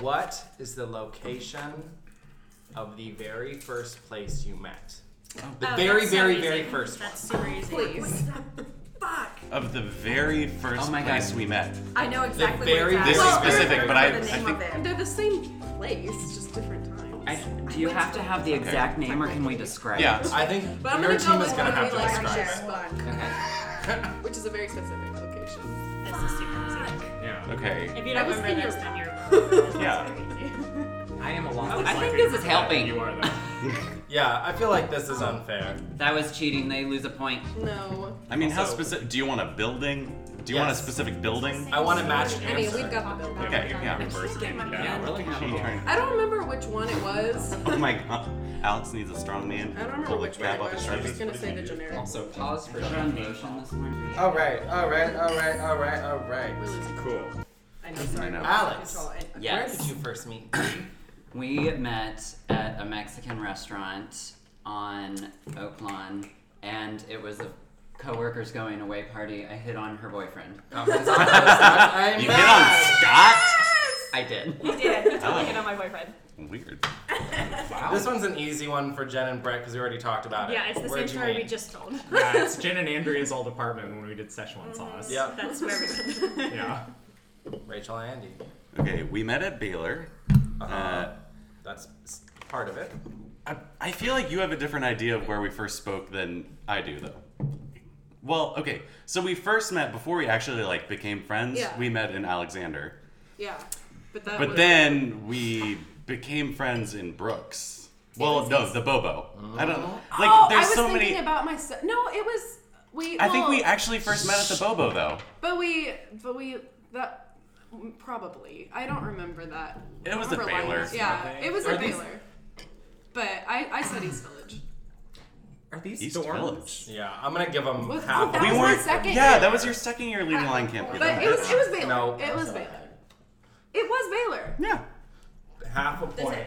Speaker 1: What is the location of the very first place you met? The
Speaker 4: Oh,
Speaker 1: very,
Speaker 4: that's so
Speaker 1: very,
Speaker 4: easy.
Speaker 1: very first one.
Speaker 4: That's super easy.
Speaker 6: Please.
Speaker 9: Fuck.
Speaker 2: Of the very first
Speaker 7: Oh my God.
Speaker 2: place we met.
Speaker 9: I know exactly.
Speaker 1: very
Speaker 9: what
Speaker 2: This
Speaker 9: it's
Speaker 2: is
Speaker 1: Well,
Speaker 9: at.
Speaker 2: specific, but I,
Speaker 9: the
Speaker 2: I
Speaker 9: name
Speaker 2: think.
Speaker 9: of it.
Speaker 6: They're the same place, just different times.
Speaker 7: I, do you have to have the exact name, or can we describe?
Speaker 2: Yeah.
Speaker 7: It?
Speaker 1: I think
Speaker 6: But I'm
Speaker 1: your
Speaker 6: gonna
Speaker 1: team
Speaker 6: go
Speaker 1: is
Speaker 6: with
Speaker 1: gonna
Speaker 6: what
Speaker 1: have to
Speaker 6: we like
Speaker 1: describe
Speaker 6: Jack
Speaker 1: it.
Speaker 6: Black,
Speaker 7: Okay.
Speaker 6: which is a very specific location.
Speaker 4: This is super easy.
Speaker 8: Yeah.
Speaker 2: Okay.
Speaker 4: If you
Speaker 6: I
Speaker 4: don't
Speaker 6: was
Speaker 4: remember
Speaker 6: thinking
Speaker 4: this, then you're
Speaker 2: Yeah.
Speaker 8: I am a lot.
Speaker 7: I
Speaker 8: less
Speaker 7: think
Speaker 8: likely
Speaker 7: this
Speaker 8: to
Speaker 7: is
Speaker 8: forget
Speaker 7: helping.
Speaker 8: than You are though.
Speaker 1: Yeah, I feel like this is unfair.
Speaker 7: That was cheating. They lose a point.
Speaker 6: No.
Speaker 2: I mean, how
Speaker 1: Also-
Speaker 2: specific? Do you want a building? Do you want a
Speaker 1: Yes.
Speaker 2: specific building?
Speaker 1: I want a matched
Speaker 6: I mean,
Speaker 1: answer.
Speaker 6: we've got the building.
Speaker 2: Okay, yeah.
Speaker 9: Just get my
Speaker 2: Yeah,
Speaker 9: pen.
Speaker 2: we're like she turned-
Speaker 6: I don't remember which one it was.
Speaker 2: Oh my god. Alex needs a strong man.
Speaker 6: I don't remember
Speaker 2: Pull the
Speaker 6: which one
Speaker 2: crap
Speaker 6: it
Speaker 2: off
Speaker 6: was.
Speaker 2: his
Speaker 6: I'm just
Speaker 2: shirt.
Speaker 6: gonna say the generic.
Speaker 7: Also, pause for Sean motion this morning.
Speaker 1: All right, all right, all right, all right, all
Speaker 6: We're
Speaker 1: right.
Speaker 6: losing.
Speaker 5: Cool.
Speaker 9: I know, sorry.
Speaker 2: know.
Speaker 1: Alex.
Speaker 9: Control it.
Speaker 1: Where
Speaker 7: Yes.
Speaker 1: did you first meet?
Speaker 7: We met at a Mexican restaurant on Oak Lawn, and it was a coworker's going away party. I hit on her boyfriend. Conference on Thursday.
Speaker 1: I'm
Speaker 2: You hit on Scott?
Speaker 7: I did.
Speaker 9: He did. He totally hit on my boyfriend.
Speaker 2: Weird.
Speaker 1: This one's an easy one for Jen and Brett because we already talked about it.
Speaker 4: Yeah, it's the
Speaker 1: Where'd
Speaker 4: same
Speaker 1: you
Speaker 4: story
Speaker 1: meet?
Speaker 4: we just told.
Speaker 8: yeah, it's Jen and Andrea's old apartment when we did Szechuan sauce.
Speaker 1: Yep,
Speaker 4: That's where we
Speaker 8: Yeah.
Speaker 1: Rachel and Andy.
Speaker 2: Okay, we met at Baylor.
Speaker 6: Uh-huh.
Speaker 2: Uh,
Speaker 1: That's s- part of it.
Speaker 2: I, I feel like you have a different idea of where we first spoke than I do, though. Well, okay, so we first met before we actually like became friends.
Speaker 6: Yeah.
Speaker 2: We met in Alexander,
Speaker 6: Yeah. But that
Speaker 2: but
Speaker 6: was
Speaker 2: then we became friends in Brooks. Well, no, the Bobo. I don't like.
Speaker 6: oh,
Speaker 2: there's
Speaker 6: I was
Speaker 2: so
Speaker 6: thinking
Speaker 2: many.
Speaker 6: about myself. No, it was we.
Speaker 2: I think
Speaker 6: well,
Speaker 2: we actually first met at the Bobo though.
Speaker 6: But we, but we that probably. I don't remember that.
Speaker 2: It was
Speaker 6: I
Speaker 2: a
Speaker 6: remember lying.
Speaker 2: Baylor.
Speaker 6: Yeah, it was a
Speaker 1: Are these-
Speaker 6: Baylor. But I, I said East Village.
Speaker 8: Are these
Speaker 2: East
Speaker 8: dorms?
Speaker 2: Village.
Speaker 1: Yeah, I'm gonna give them
Speaker 6: Was-
Speaker 1: half.
Speaker 6: oh, that
Speaker 1: of
Speaker 2: we
Speaker 6: was my
Speaker 2: weren't.
Speaker 6: second
Speaker 2: yeah,
Speaker 6: year.
Speaker 2: that was your second year leaving line camp. you
Speaker 6: But
Speaker 2: dumb
Speaker 6: it was
Speaker 2: bitch.
Speaker 6: it was Baylor.
Speaker 1: No.
Speaker 6: It was Baylor. It was Baylor.
Speaker 2: yeah.
Speaker 1: half a point.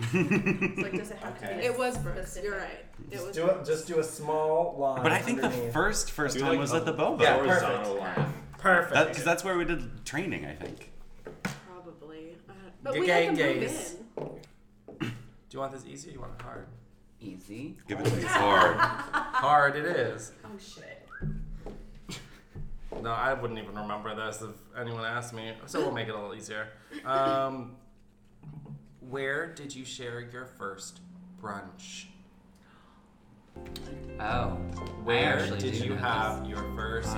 Speaker 9: Like, does it have to
Speaker 1: Okay.
Speaker 9: be?
Speaker 6: It was Brooks. You're right. It was.
Speaker 1: Do it. Just do a small line.
Speaker 2: But I think the
Speaker 1: Uh, underneath.
Speaker 2: first first
Speaker 5: Do
Speaker 2: time
Speaker 5: like
Speaker 2: was
Speaker 5: a
Speaker 2: at the Bobo.
Speaker 1: Yeah,
Speaker 5: Horizontal line.
Speaker 1: perfect.
Speaker 2: That, cause that's where we did training, I think.
Speaker 6: Probably. I don't- But we
Speaker 1: Gay
Speaker 6: had to move
Speaker 1: gaze.
Speaker 6: in.
Speaker 1: do you want this easy? Or you want it hard?
Speaker 7: Easy.
Speaker 2: Give it to me hard.
Speaker 1: Hard it is.
Speaker 9: Oh, shit.
Speaker 1: No, I wouldn't even remember this if anyone asked me. So we'll make it a little easier. Um, where did you share your first brunch?
Speaker 7: Oh. I
Speaker 1: Where
Speaker 7: actually
Speaker 1: did
Speaker 7: do
Speaker 1: you
Speaker 7: know
Speaker 1: have your first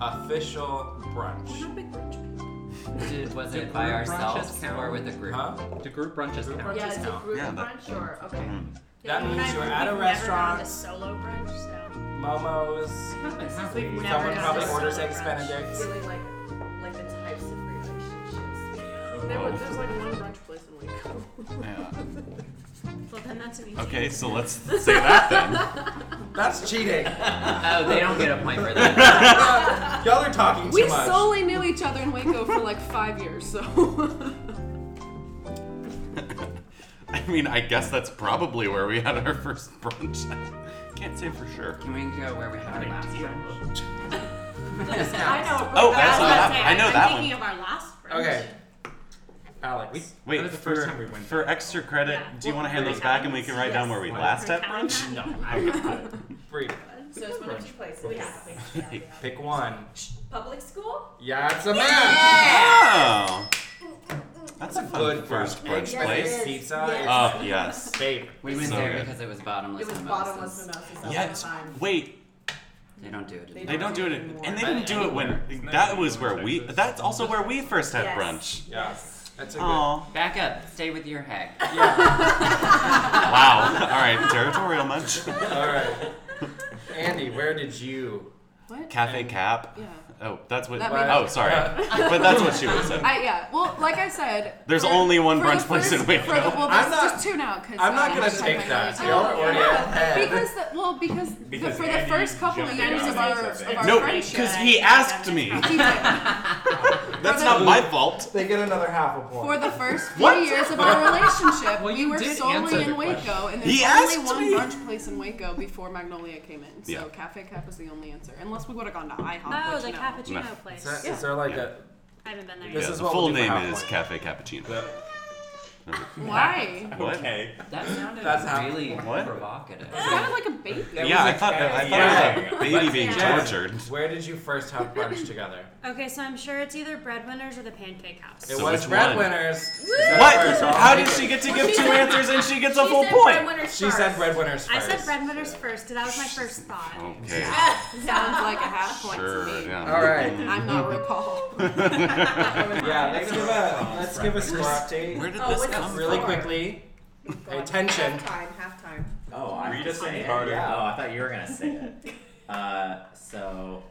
Speaker 1: official brunch?
Speaker 6: Not big brunch.
Speaker 7: this. Did, was
Speaker 8: Do
Speaker 7: it by
Speaker 8: group brunches
Speaker 7: ourselves or
Speaker 8: count?
Speaker 7: with a group?
Speaker 1: Huh?
Speaker 8: Do group brunches
Speaker 1: Group
Speaker 8: count?
Speaker 1: brunches
Speaker 4: Yeah,
Speaker 9: Is it
Speaker 1: count.
Speaker 9: group
Speaker 2: Yeah, that-
Speaker 9: brunch or okay?
Speaker 1: That
Speaker 4: Yeah,
Speaker 1: means
Speaker 4: I've-
Speaker 1: you're at a
Speaker 4: we've Never gone
Speaker 1: restaurant.
Speaker 4: to solo brunch, so
Speaker 1: Momo's.
Speaker 4: we've never
Speaker 1: Someone
Speaker 4: gone
Speaker 1: probably
Speaker 4: to
Speaker 1: orders
Speaker 4: solo
Speaker 1: eggs
Speaker 4: brunch.
Speaker 1: benedict.
Speaker 9: Really like, like the types of relationships.
Speaker 6: There
Speaker 2: Whoa.
Speaker 6: was, there's like one brunch place in Waco.
Speaker 2: Yeah.
Speaker 4: Well, then that's an easy.
Speaker 2: Okay, so let's say that then.
Speaker 1: That's cheating.
Speaker 7: Oh, they don't get a point for that.
Speaker 1: Y'all are talking too
Speaker 6: We
Speaker 1: much.
Speaker 6: solely knew each other in Waco for like five years, so.
Speaker 2: I mean, I guess that's probably where we had our first brunch. Can't say for sure.
Speaker 7: Can we go where we had our last brunch?
Speaker 9: I know.
Speaker 2: Oh, that's not
Speaker 4: I was gonna
Speaker 2: happening.
Speaker 4: say,
Speaker 2: I know
Speaker 4: I'm
Speaker 2: that
Speaker 4: thinking
Speaker 2: one.
Speaker 4: of our last brunch.
Speaker 1: okay. Alex.
Speaker 2: Wait,
Speaker 8: That was the
Speaker 2: for,
Speaker 8: first time we went.
Speaker 2: for extra credit,
Speaker 4: Yeah.
Speaker 2: do you want to
Speaker 1: Well,
Speaker 2: hand those
Speaker 1: for
Speaker 2: back and we can write down where we
Speaker 4: Yes.
Speaker 2: last
Speaker 4: For
Speaker 2: had
Speaker 4: Italian
Speaker 2: brunch?
Speaker 4: time.
Speaker 8: I got it.
Speaker 1: Brief.
Speaker 9: So it's one of two places.
Speaker 2: yeah.
Speaker 1: Pick one.
Speaker 9: Public school?
Speaker 1: Yeah, it's a man.
Speaker 2: Oh! That's a fun
Speaker 1: Good
Speaker 2: first
Speaker 1: brunch.
Speaker 2: brunch
Speaker 9: Yes, it
Speaker 2: place.
Speaker 9: is.
Speaker 1: Pizza
Speaker 9: Yes.
Speaker 1: is
Speaker 2: Oh, yes.
Speaker 1: favorite.
Speaker 7: We went
Speaker 2: So
Speaker 7: there
Speaker 2: good.
Speaker 7: because it was bottomless
Speaker 9: It was
Speaker 7: mimosas.
Speaker 9: bottomless mimosas.
Speaker 2: Yeah,
Speaker 9: Yes.
Speaker 2: it's-
Speaker 9: Time.
Speaker 2: wait,
Speaker 7: They don't do it. in-
Speaker 2: they don't do it, in- and they didn't do it when,
Speaker 5: Anywhere.
Speaker 2: that was where we,
Speaker 5: Texas.
Speaker 2: that's also where we first had
Speaker 9: Yes.
Speaker 2: brunch.
Speaker 1: Yeah.
Speaker 9: Yes.
Speaker 1: That's a good.
Speaker 2: Aw.
Speaker 7: Back up. Stay with your hag.
Speaker 1: Yeah.
Speaker 2: Wow. All right. Territorial much?
Speaker 1: All right. Andy, where did you?
Speaker 6: what?
Speaker 2: Cafe Cap.
Speaker 6: Yeah.
Speaker 2: Oh, that's what.
Speaker 6: That
Speaker 1: made-
Speaker 2: oh, sorry. but that's what she would have said.
Speaker 6: I, yeah. Well, like I said.
Speaker 2: There's
Speaker 6: for-
Speaker 2: only one
Speaker 6: for the
Speaker 2: brunch place in
Speaker 6: first- for the-
Speaker 2: Waco.
Speaker 6: Well,
Speaker 1: I'm
Speaker 6: that's
Speaker 1: not-
Speaker 6: just two now, uh, because
Speaker 1: I'm not gonna take that. Y'all are already ahead.
Speaker 6: Because the, well, because, the-
Speaker 5: Because
Speaker 6: for the
Speaker 5: Andy
Speaker 6: first couple of
Speaker 5: jumped
Speaker 6: years
Speaker 5: in
Speaker 6: of
Speaker 5: on
Speaker 6: our,
Speaker 5: it, I
Speaker 6: of
Speaker 5: think.
Speaker 6: our
Speaker 2: No,
Speaker 6: friendship,
Speaker 2: because he asked me.
Speaker 6: he did.
Speaker 2: That's not my fault.
Speaker 1: They get another half a point.
Speaker 6: For the first few
Speaker 2: What?
Speaker 6: years of our relationship,
Speaker 8: Well,
Speaker 6: we
Speaker 8: you
Speaker 6: were
Speaker 8: did
Speaker 6: solely
Speaker 8: answer
Speaker 6: in
Speaker 8: the
Speaker 6: Waco,
Speaker 8: question.
Speaker 6: and there's
Speaker 2: He
Speaker 6: only
Speaker 2: asked
Speaker 6: one
Speaker 2: me.
Speaker 6: brunch place in Waco before Magnolia came in. So
Speaker 2: Yeah.
Speaker 6: Cafe Cap was the only answer, unless we would have gone to IHOP.
Speaker 4: Oh,
Speaker 6: which
Speaker 4: the
Speaker 6: no.
Speaker 4: cappuccino
Speaker 2: No.
Speaker 1: Is
Speaker 4: place.
Speaker 1: that- is there like
Speaker 2: Yeah.
Speaker 1: a?
Speaker 4: I haven't been there.
Speaker 2: Yeah,
Speaker 1: This
Speaker 4: yet.
Speaker 1: is
Speaker 2: the
Speaker 1: what
Speaker 2: full
Speaker 1: we'll do for
Speaker 2: name
Speaker 1: half
Speaker 2: is
Speaker 1: point.
Speaker 2: Cafe Cappuccino.
Speaker 1: the-
Speaker 6: Why?
Speaker 2: What?
Speaker 5: Okay.
Speaker 7: That sounded
Speaker 1: That's how-
Speaker 7: really
Speaker 2: What?
Speaker 7: provocative.
Speaker 6: Sounded like a baby.
Speaker 2: yeah, I thought, I thought it was a baby
Speaker 1: Let's
Speaker 2: being
Speaker 1: guess.
Speaker 2: tortured.
Speaker 1: Where did you first have brunch together?
Speaker 4: Okay, so I'm sure it's either Breadwinners or the Pancake House.
Speaker 1: It
Speaker 2: So
Speaker 1: was
Speaker 2: which
Speaker 1: breadwinners.
Speaker 2: What? How did she get to give two answers and she gets a full point?
Speaker 1: She said breadwinners
Speaker 4: I
Speaker 1: first.
Speaker 4: said Breadwinners first. That was my first thought.
Speaker 2: Okay.
Speaker 6: Sounds like a half point
Speaker 2: Sure.
Speaker 6: to me.
Speaker 2: Yeah.
Speaker 1: All right.
Speaker 6: I'm not RuPaul.
Speaker 1: Yeah, let's give a let's give a score update
Speaker 2: Where did
Speaker 9: Oh,
Speaker 2: this
Speaker 9: what's
Speaker 2: come
Speaker 9: this?
Speaker 1: really quickly.
Speaker 9: Go on.
Speaker 1: Attention.
Speaker 9: Halftime, halftime.
Speaker 10: Oh, I
Speaker 5: Read
Speaker 10: have to
Speaker 5: us
Speaker 10: say
Speaker 5: in
Speaker 10: it.
Speaker 5: harder.
Speaker 10: Oh, I thought you were gonna say it. Uh, so,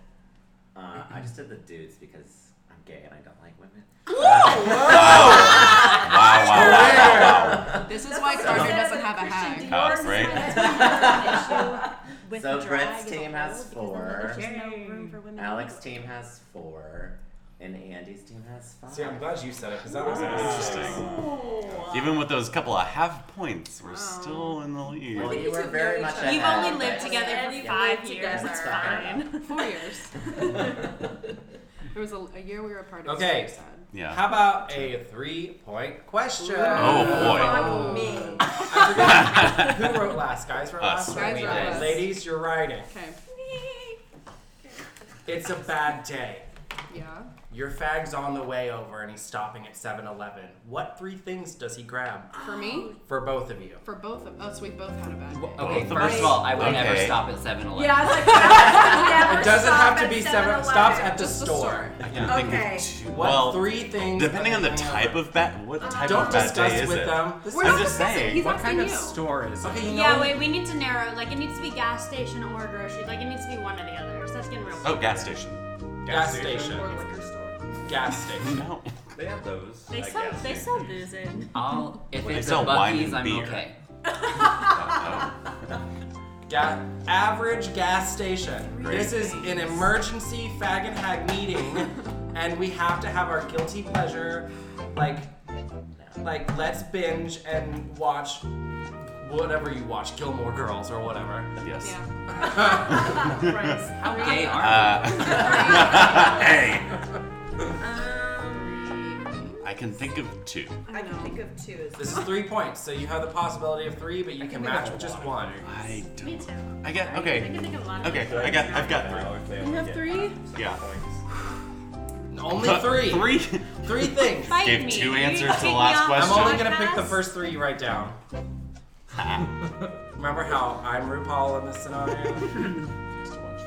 Speaker 10: uh, I just did the dudes because I'm gay and I don't like women.
Speaker 2: Wow, wow, wow, wow, wow.
Speaker 6: This is why Carter doesn't have a hag.
Speaker 2: Oh, right?
Speaker 4: With
Speaker 10: So
Speaker 4: drag
Speaker 10: Brett's
Speaker 4: as a
Speaker 10: team
Speaker 4: whole,
Speaker 10: has
Speaker 4: because then there's just no
Speaker 9: four.
Speaker 4: room for women to
Speaker 10: Alex's
Speaker 4: do it.
Speaker 10: team has four, and Andy's team has five.
Speaker 1: See, I'm glad you said it because that was interesting.
Speaker 2: Interesting. Even with those couple of half points, we're
Speaker 4: Oh.
Speaker 2: still in the
Speaker 10: Well,
Speaker 2: lead.
Speaker 10: you were
Speaker 9: two
Speaker 10: very
Speaker 9: know
Speaker 10: much
Speaker 9: each other.
Speaker 10: ahead.
Speaker 4: You've only lived
Speaker 10: but-
Speaker 4: together
Speaker 9: And
Speaker 4: for
Speaker 9: you've
Speaker 4: five
Speaker 9: lived
Speaker 4: years.
Speaker 9: together.
Speaker 4: It's fine.
Speaker 6: Four years. There was a, a year we were apart. It was
Speaker 1: Okay.
Speaker 6: so sad.
Speaker 2: Yeah.
Speaker 1: How about a three-point question?
Speaker 2: Oh, boy.
Speaker 9: Fuck me.
Speaker 1: I forgot. Who wrote last? Guys wrote
Speaker 2: Us.
Speaker 1: last.
Speaker 6: Guys
Speaker 1: We
Speaker 6: wrote
Speaker 1: did.
Speaker 6: last.
Speaker 1: Ladies, you're writing.
Speaker 6: Okay.
Speaker 1: It's a bad day.
Speaker 6: Yeah.
Speaker 1: Your fag's on the way over and he's stopping at 7-Eleven. What three things does he grab
Speaker 6: For me,
Speaker 1: for both of you?
Speaker 6: for both of us, we both had a bad day.
Speaker 7: Okay,
Speaker 2: Both of
Speaker 7: first
Speaker 2: us?
Speaker 7: of all, I will never
Speaker 2: Okay.
Speaker 7: stop at 7
Speaker 6: oh.
Speaker 7: Eleven.
Speaker 9: Yeah, I was like, that would never
Speaker 1: It doesn't
Speaker 9: stop
Speaker 1: have to
Speaker 9: at
Speaker 1: be
Speaker 9: 7-Eleven.
Speaker 1: seven. Stops at the
Speaker 6: Just the
Speaker 1: store.
Speaker 2: I can
Speaker 1: Yeah.
Speaker 2: think
Speaker 9: Okay.
Speaker 2: of two.
Speaker 1: What
Speaker 2: Well,
Speaker 1: three things?
Speaker 2: depending
Speaker 1: does
Speaker 2: on the
Speaker 1: he hang
Speaker 2: type
Speaker 1: over?
Speaker 2: of bat, what type
Speaker 1: Don't
Speaker 2: of bat
Speaker 1: discuss
Speaker 2: day is
Speaker 1: with
Speaker 2: it?
Speaker 1: them. This
Speaker 2: I'm just saying.
Speaker 6: He's
Speaker 8: What kind of
Speaker 6: asking you.
Speaker 8: store is it?
Speaker 1: Okay, you
Speaker 4: Yeah,
Speaker 1: know-
Speaker 4: wait, we need to narrow. Like, it needs to be gas station or grocery. Like, it needs to be one or the other. So that's getting real.
Speaker 2: Oh, gas station.
Speaker 1: Gas station.
Speaker 6: Or liquor store.
Speaker 1: Gas station.
Speaker 2: No.
Speaker 5: They have those.
Speaker 4: They
Speaker 5: I
Speaker 4: sell,
Speaker 5: guess.
Speaker 4: they sell booze in.
Speaker 7: I'll, if
Speaker 2: Well, they
Speaker 7: it's
Speaker 2: sell
Speaker 7: a
Speaker 2: wine
Speaker 7: Bucky's,
Speaker 2: and
Speaker 7: I'm
Speaker 2: beer.
Speaker 7: okay.
Speaker 2: Oh,
Speaker 1: Ga- average gas station.
Speaker 2: Great.
Speaker 1: This is an emergency fag and hag meeting, and we have to have our guilty pleasure, like, like let's binge and watch whatever you watch, Gilmore Girls or whatever.
Speaker 2: Yes.
Speaker 6: Yeah.
Speaker 7: How gay are
Speaker 2: Uh, hey,
Speaker 6: Three.
Speaker 4: Um,
Speaker 2: I can think of two.
Speaker 9: I can think of two as
Speaker 1: This is three points, so you have the possibility of three, but you can match with just one.
Speaker 2: I don't.
Speaker 4: Me too.
Speaker 2: I get
Speaker 4: I
Speaker 2: okay.
Speaker 4: can think of a lot of
Speaker 2: Okay,
Speaker 4: things.
Speaker 2: I got. I've got three.
Speaker 5: Now, if they
Speaker 6: You
Speaker 5: only
Speaker 6: have
Speaker 5: get
Speaker 6: three?
Speaker 5: some
Speaker 2: Yeah.
Speaker 5: points.
Speaker 1: Only three.
Speaker 2: three.
Speaker 1: Three things.
Speaker 4: Fight
Speaker 2: Gave
Speaker 4: me.
Speaker 2: two
Speaker 4: You
Speaker 2: answers to the
Speaker 4: take me
Speaker 2: last
Speaker 4: off
Speaker 1: I'm
Speaker 2: question.
Speaker 1: only gonna pick the
Speaker 4: podcast?
Speaker 1: first three you write down. Remember how I'm RuPaul in this scenario?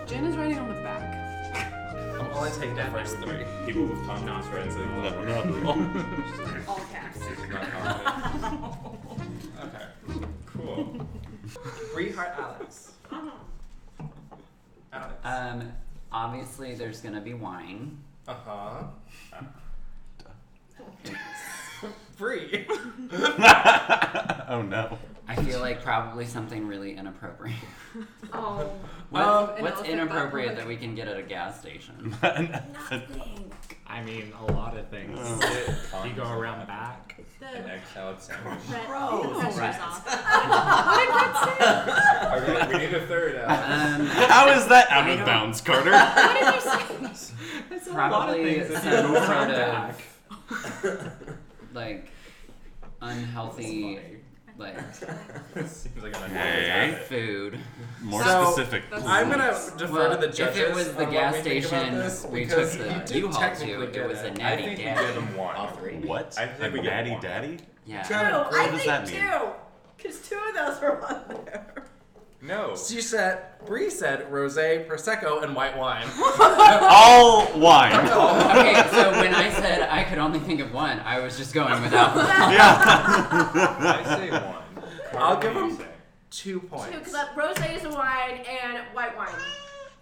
Speaker 6: Jen is writing on the back.
Speaker 1: I'm only taking the first three.
Speaker 5: People with condoms are into
Speaker 2: No, no.
Speaker 9: all caps.
Speaker 5: not confident.
Speaker 1: Okay.
Speaker 5: Cool.
Speaker 1: Three heart Alex.
Speaker 5: Uh-huh.
Speaker 1: Alex.
Speaker 7: you? Um, obviously, there's gonna be wine.
Speaker 1: Uh
Speaker 5: Uh-huh.
Speaker 1: huh. Free.
Speaker 2: oh no.
Speaker 7: I feel like probably something really inappropriate.
Speaker 9: Oh,
Speaker 1: Um,
Speaker 6: And
Speaker 7: What's
Speaker 6: I'll take that
Speaker 7: inappropriate
Speaker 6: one.
Speaker 7: that we can get at a gas station?
Speaker 8: I mean, a lot of things.
Speaker 1: Oh.
Speaker 8: you go around back.
Speaker 5: An egg salad sandwich.
Speaker 1: All right, we need a third Alex.
Speaker 7: Um,
Speaker 2: How is that out of bounds, Carter?
Speaker 8: It's
Speaker 7: probably
Speaker 8: that
Speaker 7: some
Speaker 8: you go around
Speaker 7: sort of
Speaker 8: back.
Speaker 7: like unhealthy like
Speaker 5: Seems like an unhealthy
Speaker 2: Hey.
Speaker 5: habit.
Speaker 7: food.
Speaker 2: More
Speaker 1: So,
Speaker 2: specific.
Speaker 1: I'm gonna defer
Speaker 7: Well,
Speaker 1: to the
Speaker 7: if
Speaker 1: judges.
Speaker 7: it was the
Speaker 1: on
Speaker 7: gas
Speaker 1: what we think about
Speaker 7: station
Speaker 1: this,
Speaker 7: we took
Speaker 1: because you
Speaker 7: the
Speaker 1: did
Speaker 7: U-Haul to,
Speaker 1: technically
Speaker 7: it
Speaker 1: get
Speaker 7: was a
Speaker 5: I
Speaker 7: natty
Speaker 5: think we
Speaker 7: gas.
Speaker 5: give them one.
Speaker 10: All three.
Speaker 2: What?
Speaker 5: I think
Speaker 2: a
Speaker 5: we get
Speaker 2: natty
Speaker 5: one.
Speaker 2: daddy?
Speaker 7: Yeah.
Speaker 1: Sure.
Speaker 9: Two.
Speaker 2: What
Speaker 9: I
Speaker 2: does
Speaker 9: think
Speaker 2: that mean?
Speaker 9: two. Because two of those were on there.
Speaker 5: No.
Speaker 1: She said, Bree said, rosé, prosecco, and white wine.
Speaker 2: All wine.
Speaker 7: okay, so when I said I could only think of one, I was just going without.
Speaker 5: I
Speaker 2: yeah.
Speaker 5: say one.
Speaker 1: I'll
Speaker 5: Carter, what
Speaker 1: give
Speaker 5: do you
Speaker 1: him-
Speaker 5: say?
Speaker 1: Two
Speaker 9: Two,
Speaker 1: points.
Speaker 9: because rosé is a wine and white wine.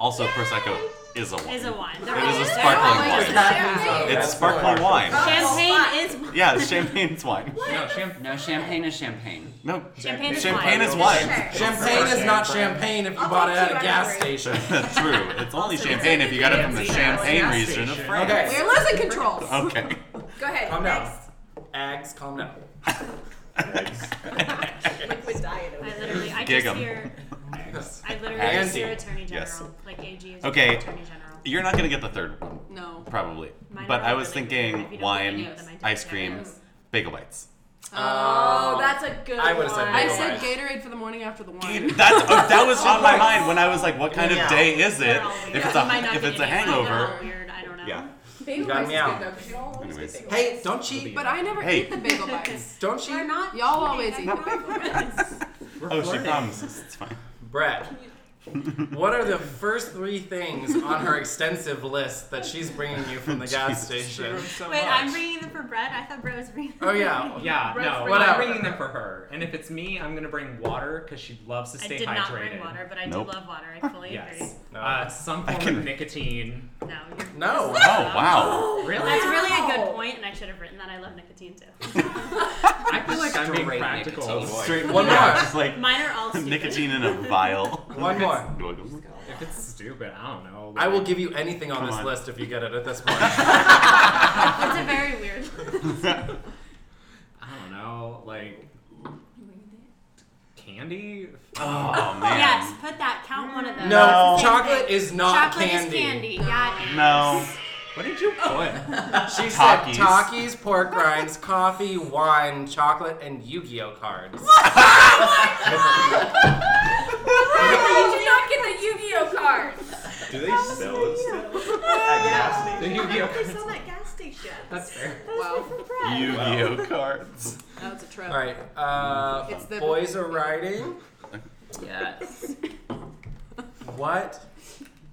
Speaker 2: also, prosecco is a wine.
Speaker 4: Is a wine.
Speaker 2: It is a
Speaker 6: Like, is
Speaker 2: sparkling wine.
Speaker 6: that-
Speaker 2: It's sparkling wine.
Speaker 4: Champagne is wine.
Speaker 2: Yeah, champagne's wine.
Speaker 8: No, champ.
Speaker 7: No, champagne is champagne.
Speaker 2: No,
Speaker 4: Champagne is
Speaker 2: champagne
Speaker 4: wine.
Speaker 2: is wine.
Speaker 9: Sure.
Speaker 1: Champagne is not champagne if you
Speaker 9: I'll
Speaker 1: bought it
Speaker 9: take
Speaker 1: at
Speaker 9: two
Speaker 1: a
Speaker 9: out of
Speaker 1: gas
Speaker 9: three.
Speaker 1: station.
Speaker 2: True. It's only champagne if you got it from the champagne region of France.
Speaker 1: Okay.
Speaker 6: We're losing control.
Speaker 1: Um,
Speaker 2: Okay.
Speaker 9: Go ahead.
Speaker 1: Calm down.
Speaker 9: next.
Speaker 1: Ags, calm down.
Speaker 9: Liquid diet. over
Speaker 4: I
Speaker 9: there.
Speaker 4: literally, I
Speaker 2: Gig
Speaker 4: just
Speaker 2: 'em.
Speaker 4: hear, I literally just
Speaker 1: Andy.
Speaker 4: hear Attorney General.
Speaker 2: Yes.
Speaker 4: Like AG is
Speaker 2: Okay.
Speaker 4: Attorney General.
Speaker 2: You're not gonna get the third one,
Speaker 6: No.
Speaker 2: probably.
Speaker 4: Mine
Speaker 2: but
Speaker 4: are
Speaker 2: I
Speaker 4: all
Speaker 2: was
Speaker 4: really good. If you don't
Speaker 2: thinking
Speaker 4: get any
Speaker 2: wine,
Speaker 4: of them, I don't
Speaker 2: ice
Speaker 4: care.
Speaker 2: cream, bagel bites.
Speaker 1: Um,
Speaker 6: Oh, that's a good
Speaker 1: I
Speaker 6: one.
Speaker 1: would've said
Speaker 6: I said
Speaker 1: Mega-wise.
Speaker 6: Gatorade for the morning after the wine.
Speaker 2: That's, oh, that was on my mind when I was like, what kind
Speaker 6: Yeah.
Speaker 2: of day is it?
Speaker 6: They're
Speaker 4: Oh,
Speaker 6: all weird.
Speaker 2: If it's
Speaker 6: They might
Speaker 2: a,
Speaker 6: not
Speaker 2: if
Speaker 6: be
Speaker 2: it's a
Speaker 6: any- I
Speaker 2: hangover.
Speaker 4: Weird. I don't know.
Speaker 2: Yeah.
Speaker 6: Bagel
Speaker 1: Got
Speaker 6: bites
Speaker 1: me
Speaker 6: is
Speaker 1: out.
Speaker 6: good though, 'cause you all always
Speaker 2: Anyways.
Speaker 6: get bagel
Speaker 1: Hey,
Speaker 6: bites.
Speaker 1: don't cheat.
Speaker 6: But I never
Speaker 2: Hey.
Speaker 6: eat the bagel bites.
Speaker 1: Don't cheat.
Speaker 6: We're not. Y'all always eat. the bagel bites.
Speaker 2: Oh, she promises. It's fine.
Speaker 1: Brett, what are the first three things on her extensive list that she's bringing you from the gas station?
Speaker 4: Wait, I'm bringing them for Brett. I thought Brett was bringing. Them
Speaker 1: Oh, yeah.
Speaker 8: Yeah,
Speaker 4: Brett's
Speaker 8: no,
Speaker 4: bringing-
Speaker 8: I'm bringing them for her. And if it's me, I'm gonna bring water because she loves to
Speaker 4: I
Speaker 8: stay
Speaker 4: did
Speaker 8: hydrated.
Speaker 4: not bring water, but I
Speaker 2: Nope.
Speaker 4: do love water. I fully agree.
Speaker 8: Yes.
Speaker 1: No.
Speaker 8: Uh, some
Speaker 2: I
Speaker 8: form
Speaker 2: can-
Speaker 8: of nicotine.
Speaker 4: No. You're...
Speaker 1: No.
Speaker 2: Oh, wow.
Speaker 8: Really?
Speaker 4: That's really a good point, and I should have written that. I love nicotine too.
Speaker 8: I feel like I'm being
Speaker 7: Straight
Speaker 8: practical.
Speaker 7: nicotine.
Speaker 8: Boy.
Speaker 2: Straight
Speaker 1: One
Speaker 2: yeah,
Speaker 1: more.
Speaker 2: Just like
Speaker 4: Mine are all stupid.
Speaker 2: nicotine in a vial.
Speaker 1: One more.
Speaker 8: If it's stupid, I don't know.
Speaker 1: I will
Speaker 8: like-
Speaker 1: give you anything on
Speaker 2: Come
Speaker 1: this
Speaker 2: on.
Speaker 1: list if you get it at this point.
Speaker 4: It's a very weird.
Speaker 8: I don't know, like candy.
Speaker 2: Oh man.
Speaker 4: Yes, put that. Count one of those.
Speaker 1: no,
Speaker 4: It's the same
Speaker 1: chocolate
Speaker 4: thing.
Speaker 1: is not
Speaker 4: Chocolate
Speaker 1: candy.
Speaker 4: is candy. Yeah. it is.
Speaker 2: No.
Speaker 8: What did you
Speaker 5: Oh.
Speaker 8: put?
Speaker 1: She
Speaker 2: Takis.
Speaker 1: said Takis, pork rinds, coffee, wine, chocolate, and Yu-Gi-Oh cards.
Speaker 3: Why did you not get the Yu-Gi-Oh cards?
Speaker 5: Do they sell it still?
Speaker 8: The Yu-Gi-Oh.
Speaker 9: They
Speaker 8: cards.
Speaker 9: sell that gas station.
Speaker 8: That's fair.
Speaker 6: Wow,
Speaker 2: Yu-Gi-Oh cards.
Speaker 6: that was a trip.
Speaker 1: All right, uh,
Speaker 6: It's the-
Speaker 1: boys are riding.
Speaker 7: Yes.
Speaker 1: What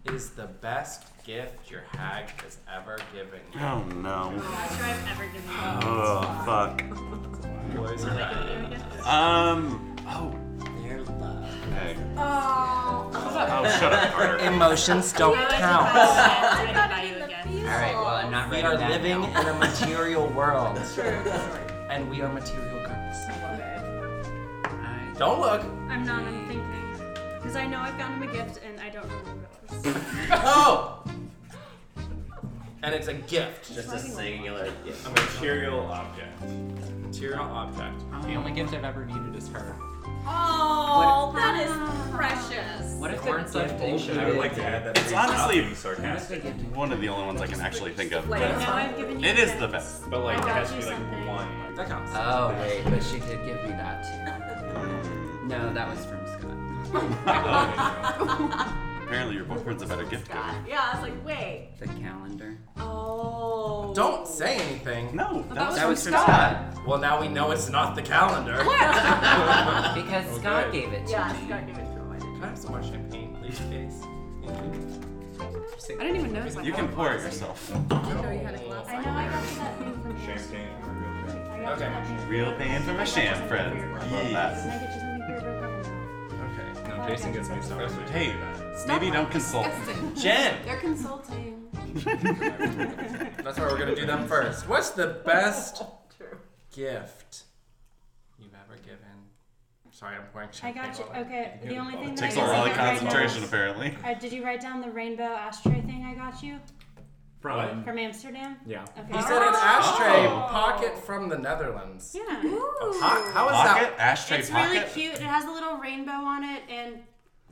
Speaker 1: is the best gift your hag has ever given you?
Speaker 2: Oh no.
Speaker 4: Best show I've ever given. you.
Speaker 2: Oh fuck.
Speaker 1: Boys are riding.
Speaker 2: Um. Oh.
Speaker 7: Your love.
Speaker 2: Okay.
Speaker 9: Oh.
Speaker 2: Oh, shut up, Carter.
Speaker 1: Emotions don't
Speaker 4: I
Speaker 1: count.
Speaker 4: should buy you a gift.
Speaker 7: All right. Well, I'm not
Speaker 1: We
Speaker 7: ready.
Speaker 1: are
Speaker 7: that
Speaker 1: living
Speaker 7: now.
Speaker 1: in a material world,
Speaker 9: True.
Speaker 1: and we are material girls.
Speaker 7: I-
Speaker 1: Don't look.
Speaker 4: I'm not. I'm thinking. Because I know I found him a gift and I don't remember what it was.
Speaker 1: Oh! And it's a gift.
Speaker 10: Just a singular gift.
Speaker 5: A material object.
Speaker 1: Material object.
Speaker 7: Um,
Speaker 8: The only gift I've ever needed is her.
Speaker 9: Oh, that is precious.
Speaker 7: What if
Speaker 8: They
Speaker 7: the
Speaker 8: weren't such
Speaker 7: gift
Speaker 8: bullshit.
Speaker 5: I would like to add that. It's
Speaker 2: honestly-
Speaker 5: sarcastic,
Speaker 2: One of the only ones I can actually think of. but
Speaker 4: I know I've given you.
Speaker 2: It is
Speaker 4: gifts.
Speaker 2: the best.
Speaker 5: but like it
Speaker 4: I got
Speaker 5: has to
Speaker 4: you
Speaker 5: be
Speaker 4: something.
Speaker 5: like one.
Speaker 1: That counts. Uh,
Speaker 7: Oh wait, but she did give me that too. No, that was from Scott.
Speaker 5: Oh,
Speaker 2: Apparently, your boyfriend's a better gift giver.
Speaker 9: Yeah, I was like, wait.
Speaker 7: The calendar.
Speaker 9: Oh.
Speaker 1: Don't say anything.
Speaker 2: No, that was
Speaker 7: that
Speaker 2: from
Speaker 7: was from
Speaker 2: Scott.
Speaker 7: Scott.
Speaker 1: Well, now we know it's not the calendar.
Speaker 7: Because Scott gave it to
Speaker 9: Yeah,
Speaker 7: me.
Speaker 9: it's gotta give it to him.
Speaker 1: Can I have some more champagne, please, please?
Speaker 6: I didn't even notice.
Speaker 2: You can pour it yourself.
Speaker 4: I know I got you that thing from
Speaker 5: Champagne.
Speaker 4: I got
Speaker 1: Okay.
Speaker 4: you that thing.
Speaker 2: Real pain from a sham friend. Love that.
Speaker 4: Can I get you something for your birthday?
Speaker 5: Okay. No, Jason gets me stuff.
Speaker 2: Hey, maybe don't consult.
Speaker 1: Jen!
Speaker 6: They're consulting.
Speaker 1: That's why we're gonna do them first. What's the best gift you've ever given? Sorry, I'm pouring
Speaker 4: I
Speaker 1: champagne.
Speaker 4: got you. Okay, the only thing that
Speaker 2: Takes a
Speaker 4: I
Speaker 2: lot of
Speaker 4: didn't write down-
Speaker 2: concentration, apparently.
Speaker 4: Uh, did you write down the rainbow ashtray thing I got you
Speaker 8: From
Speaker 4: from Amsterdam?
Speaker 8: yeah.
Speaker 4: Okay.
Speaker 1: He said an ashtray
Speaker 2: Oh.
Speaker 1: pocket from the Netherlands.
Speaker 4: yeah.
Speaker 1: A po- how is
Speaker 2: Pocket
Speaker 1: that?
Speaker 2: ashtray
Speaker 4: It's
Speaker 2: pocket.
Speaker 4: really cute. It has a little rainbow on it, and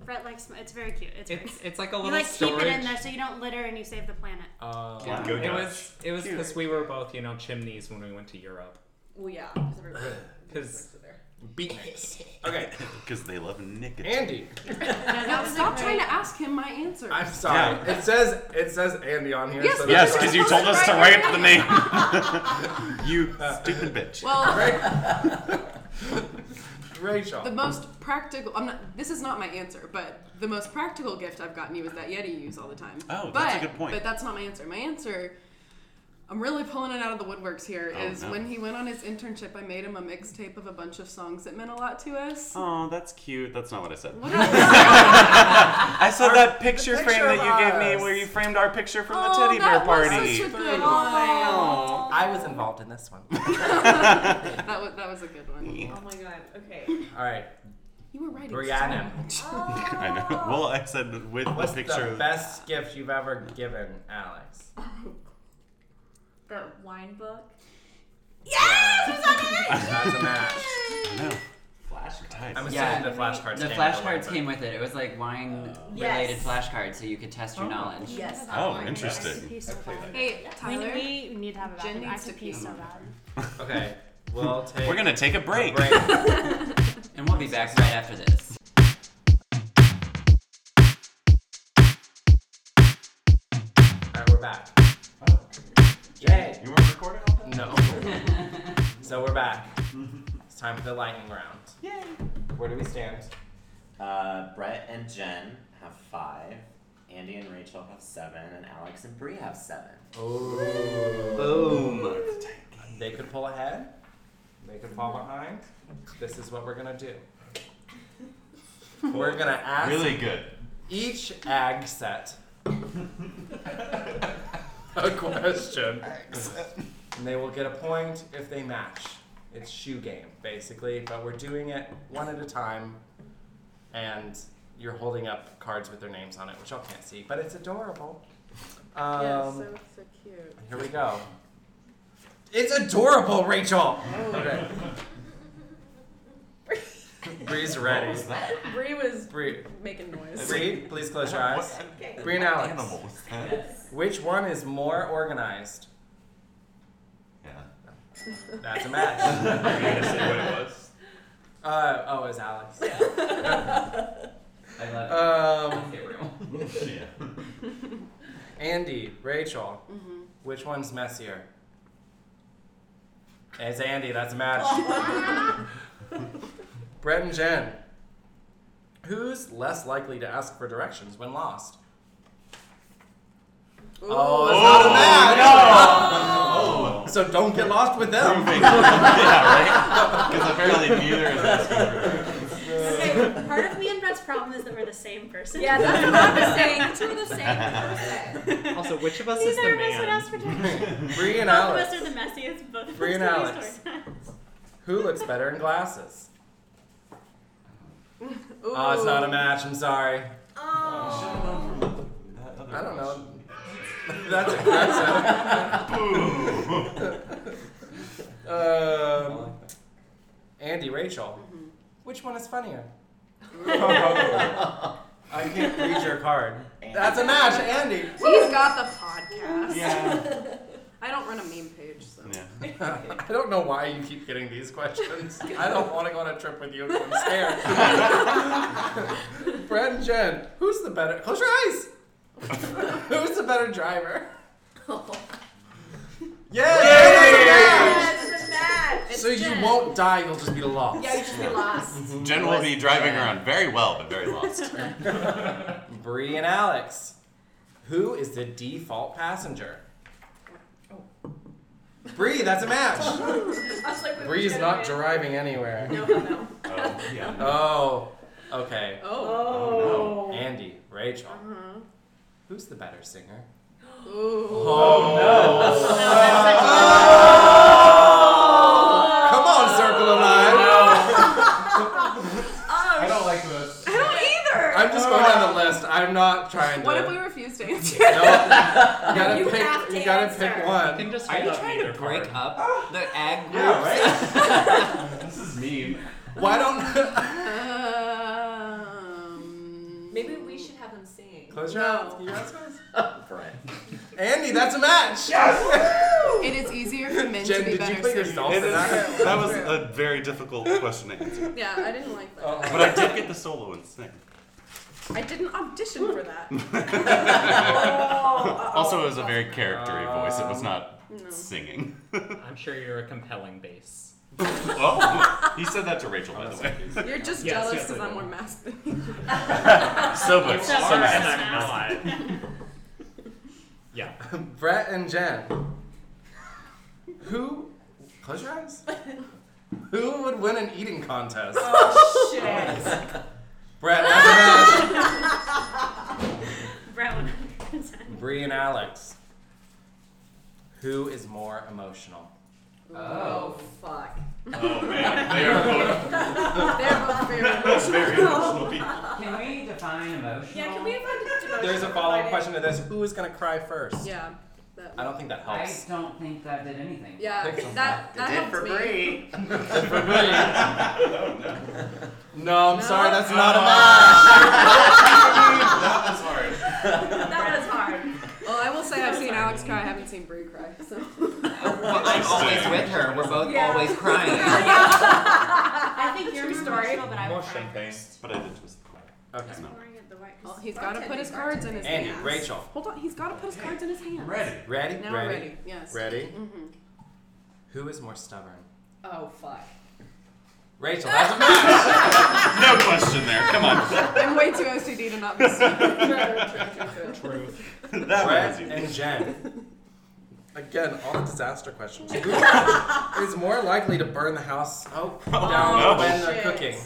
Speaker 4: Brett likes. It's very cute. It's, very
Speaker 8: It's
Speaker 4: cute.
Speaker 8: it's like a
Speaker 4: you
Speaker 8: little
Speaker 4: like
Speaker 8: storage.
Speaker 4: keep it in there so you don't litter and you save the planet.
Speaker 1: Uh,
Speaker 2: Wow.
Speaker 8: Yeah, it was it was because we were both you know chimneys when we went to Europe.
Speaker 9: Well, yeah. 'cause everybody-
Speaker 8: Because
Speaker 1: beatniks. Okay,
Speaker 2: Because they love nicotine.
Speaker 1: Andy.
Speaker 6: Now stop trying to ask him my answer.
Speaker 1: I'm sorry.
Speaker 2: Yeah.
Speaker 1: It says it says Andy on here.
Speaker 6: Yes,
Speaker 1: so
Speaker 2: Yes,
Speaker 1: that's
Speaker 2: because you told us to write the name. you stupid bitch.
Speaker 6: Well,
Speaker 1: Rachel.
Speaker 6: the most practical. I'm not. This is not my answer, but the most practical gift I've gotten you is that Yeti you use all the time.
Speaker 2: Oh,
Speaker 6: but,
Speaker 2: that's a good point.
Speaker 6: But that's not my answer. My answer. I'm really pulling it out of the woodworks here. Is
Speaker 2: Oh, no.
Speaker 6: when he went on his internship, I made him a mixtape of a bunch of songs that meant a lot to us.
Speaker 2: Oh, that's cute. That's not what I said.
Speaker 6: What else?
Speaker 2: I saw that
Speaker 1: picture
Speaker 2: picture, frame that
Speaker 1: of
Speaker 2: you gave
Speaker 1: us.
Speaker 2: me where you framed our picture from the
Speaker 6: Oh,
Speaker 2: teddy bear
Speaker 6: that was
Speaker 2: party.
Speaker 6: such a good
Speaker 2: Oh.
Speaker 1: I was involved in this one.
Speaker 6: one. That was that was a good one.
Speaker 9: Oh my god. Okay.
Speaker 1: All right,
Speaker 6: You were right.
Speaker 1: Brianna.
Speaker 2: I know.
Speaker 9: Ah.
Speaker 2: Well, I said with
Speaker 1: What's
Speaker 2: the picture.
Speaker 1: the
Speaker 2: of-
Speaker 1: best gift you've ever given, Alex?
Speaker 9: That wine book.
Speaker 1: That's a match.
Speaker 2: I know.
Speaker 7: Flashcards.
Speaker 1: I'm assuming
Speaker 7: yeah.
Speaker 1: the flashcards.
Speaker 7: The
Speaker 1: came
Speaker 7: flashcards
Speaker 1: with
Speaker 7: came with it. It was like wine related
Speaker 9: Yes.
Speaker 7: flashcards, so you could test your knowledge.
Speaker 9: Yes.
Speaker 2: Oh, interesting.
Speaker 4: He's so bad.
Speaker 6: Hey,
Speaker 4: We,
Speaker 6: Tyler.
Speaker 4: we need to have a
Speaker 6: Jen
Speaker 4: bathroom. I
Speaker 6: needs to
Speaker 4: could
Speaker 6: pee
Speaker 4: pee so
Speaker 6: more.
Speaker 4: bad.
Speaker 1: Okay, We'll take
Speaker 2: We're gonna take a break.
Speaker 7: and we'll be back right after this.
Speaker 1: Alright, we're back. Yay!
Speaker 2: You weren't recording all that?
Speaker 1: No. so we're back. It's time for the lightning round. Yay! Where do we stand?
Speaker 10: Uh, Brett and Jen have five. Andy and Rachel have seven, and Alex and Bree have seven.
Speaker 1: Oh.
Speaker 7: Boom.
Speaker 1: They could pull ahead. They could fall behind. This is what we're gonna do. We're gonna ask
Speaker 2: Really good.
Speaker 1: each ag set a question. And they will get a point if they match. It's shoe game, basically, but we're doing it one at a time. And you're holding up cards with their names on it, which y'all can't see, but it's adorable. Um,
Speaker 6: yeah, so so cute.
Speaker 1: here we go. It's adorable, Rachel. Okay. Bree's
Speaker 2: What
Speaker 1: ready.
Speaker 2: was that?
Speaker 6: Bree was
Speaker 1: Bree,
Speaker 6: making noise.
Speaker 1: Bree, please close your eyes. Bree and Alex.
Speaker 2: Animal was that?
Speaker 1: Which one is more organized?
Speaker 2: Yeah.
Speaker 1: That's a match.
Speaker 5: Are you gonna say what it was?
Speaker 1: Uh, oh, it's Alex.
Speaker 7: I love
Speaker 2: Uh,
Speaker 1: Um,
Speaker 7: Gabriel.
Speaker 2: Yeah.
Speaker 1: Andy, Rachel,
Speaker 4: Mm-hmm.
Speaker 1: which one's messier? It's Andy. That's a match. Brett and Jen, who's less likely to ask for directions when lost? Oh, it's not a match. So don't get lost with them.
Speaker 2: Proving. yeah, right? Because apparently neither is asking for
Speaker 4: Okay, part of me and Brett's problem is that we're the same person.
Speaker 9: Yeah, that's what I was saying. Two of the same person.
Speaker 8: Also, which of us is the
Speaker 4: Neither of us would
Speaker 8: man?
Speaker 4: ask for directions.
Speaker 1: Bree and
Speaker 4: Both of us
Speaker 1: Alex,
Speaker 4: are the messiest. Both of us
Speaker 1: Bree and
Speaker 4: do these
Speaker 1: Alex.
Speaker 4: stories.
Speaker 1: who looks better in glasses?
Speaker 6: Ooh.
Speaker 1: Oh, it's not a match. I'm sorry.
Speaker 4: Oh.
Speaker 2: that other
Speaker 1: I don't know.
Speaker 2: question.
Speaker 1: That's aggressive. um, Andy, Rachel,
Speaker 9: Mm-hmm.
Speaker 1: which one is funnier? I can't read your card. That's a match, Andy.
Speaker 6: He's got the podcast.
Speaker 2: Yeah.
Speaker 6: I don't run a meme page, so.
Speaker 2: Yeah.
Speaker 1: I don't know why you keep getting these questions. I don't want to go on a trip with you if I'm scared. Brad and Jen, who's the better? Close your eyes. who's the better driver? Yes! yes!
Speaker 9: That's the match.
Speaker 1: So you won't die. You'll just be lost.
Speaker 9: Yeah, you should be lost.
Speaker 2: Jen will be driving around very well, but very lost. Um,
Speaker 1: Bree and Alex, who is the default passenger? Bree, that's a match.
Speaker 9: I was like, we
Speaker 1: Bree's
Speaker 9: were
Speaker 1: not
Speaker 9: gonna
Speaker 1: driving anywhere.
Speaker 9: win. No, no.
Speaker 2: Oh, yeah.
Speaker 1: Oh, okay.
Speaker 6: Oh.
Speaker 9: Oh.
Speaker 1: Andy, Rachel,
Speaker 9: Mm-hmm.
Speaker 1: who's the better singer?
Speaker 6: Ooh.
Speaker 1: Oh no!
Speaker 9: Oh.
Speaker 1: Come on, circle of life.
Speaker 5: I don't like this.
Speaker 9: I don't either.
Speaker 1: I'm just going down the list. I'm not trying to.
Speaker 6: What if we refuse to answer?
Speaker 1: No, you gotta
Speaker 9: You
Speaker 1: pick.
Speaker 9: have to
Speaker 1: you gotta
Speaker 9: answer.
Speaker 1: pick
Speaker 8: I
Speaker 1: one.
Speaker 8: can just
Speaker 7: Are
Speaker 8: hold
Speaker 7: you
Speaker 8: up
Speaker 7: trying
Speaker 8: neither
Speaker 7: to break
Speaker 8: card.
Speaker 7: up the ag group?
Speaker 2: This is mean.
Speaker 1: Why don't?
Speaker 6: Um,
Speaker 9: Maybe we should have them sing.
Speaker 1: Close your eyes. Can you ask us?
Speaker 10: Brett.
Speaker 1: Andy, that's a match. Yes.
Speaker 6: It is easier for men
Speaker 1: Jen,
Speaker 6: to be
Speaker 1: did
Speaker 6: better
Speaker 1: you put
Speaker 6: singers.
Speaker 1: yourself in
Speaker 2: It is,
Speaker 1: that?
Speaker 2: that was a very difficult question to answer.
Speaker 6: Yeah, I didn't like that.
Speaker 1: Uh-oh.
Speaker 2: But I did get the solo and sing.
Speaker 6: I didn't audition for that.
Speaker 2: Also, it was a very charactery voice. It was not
Speaker 6: No.
Speaker 2: singing.
Speaker 8: I'm sure you're a compelling base.
Speaker 2: oh, he said that to Rachel, by the way.
Speaker 6: You're just
Speaker 8: Yes,
Speaker 6: jealous
Speaker 8: yes,
Speaker 6: because
Speaker 8: I
Speaker 6: I'm
Speaker 8: know.
Speaker 6: more masked than you.
Speaker 2: So much,
Speaker 4: It's not
Speaker 2: so
Speaker 4: worse.
Speaker 2: much.
Speaker 8: and I'm not. yeah.
Speaker 1: Brett and Jen. Who? Close your eyes. Who would win an eating contest?
Speaker 9: Oh shit.
Speaker 1: Brett, that's a match.
Speaker 4: Brett 100%.
Speaker 1: Bree and Alex. Who is more emotional?
Speaker 9: Oh fuck.
Speaker 2: Oh man, they are
Speaker 6: They're both very
Speaker 2: both very emotional people.
Speaker 7: Can we define emotional?
Speaker 9: Yeah, can we have a
Speaker 1: There's a follow up question to this. Who is gonna cry first?
Speaker 6: Yeah. That,
Speaker 1: I don't think that
Speaker 7: I
Speaker 1: helps.
Speaker 7: don't think that did anything.
Speaker 6: yeah,
Speaker 1: Pick some
Speaker 6: that, that
Speaker 10: Did
Speaker 6: helped
Speaker 10: for
Speaker 6: me.
Speaker 10: Bree.
Speaker 1: No, I'm
Speaker 6: No.
Speaker 1: sorry, that's not a match.
Speaker 2: that was hard.
Speaker 9: That was hard.
Speaker 6: Well, I will say I've seen Alex cry. I haven't seen Bree cry. So.
Speaker 7: Well, I'm always with her. We're both always crying.
Speaker 4: I think you're more
Speaker 9: Story.
Speaker 4: emotional, but I would cry.
Speaker 2: champagne. But I did just.
Speaker 1: Okay.
Speaker 6: Well, he's got to put his
Speaker 9: Bartending,
Speaker 6: cards in his
Speaker 1: Andy,
Speaker 6: hands.
Speaker 1: Rachel.
Speaker 6: Hold on, he's got to put his cards in his hands.
Speaker 2: Ready.
Speaker 1: Ready?
Speaker 6: Now
Speaker 1: ready?
Speaker 6: ready, yes.
Speaker 1: Ready?
Speaker 6: Mhm.
Speaker 1: Who is more stubborn?
Speaker 9: Oh fuck.
Speaker 1: Rachel, that's a match.
Speaker 2: No question there. Come on.
Speaker 6: I'm way too OCD to not be stupid.
Speaker 2: That
Speaker 1: Brett
Speaker 2: was easy.
Speaker 1: and Jen. Again, all the disaster questions. Who is more likely to burn the house
Speaker 10: Oh,
Speaker 1: down
Speaker 2: no.
Speaker 1: when they're
Speaker 9: Shit.
Speaker 1: cooking?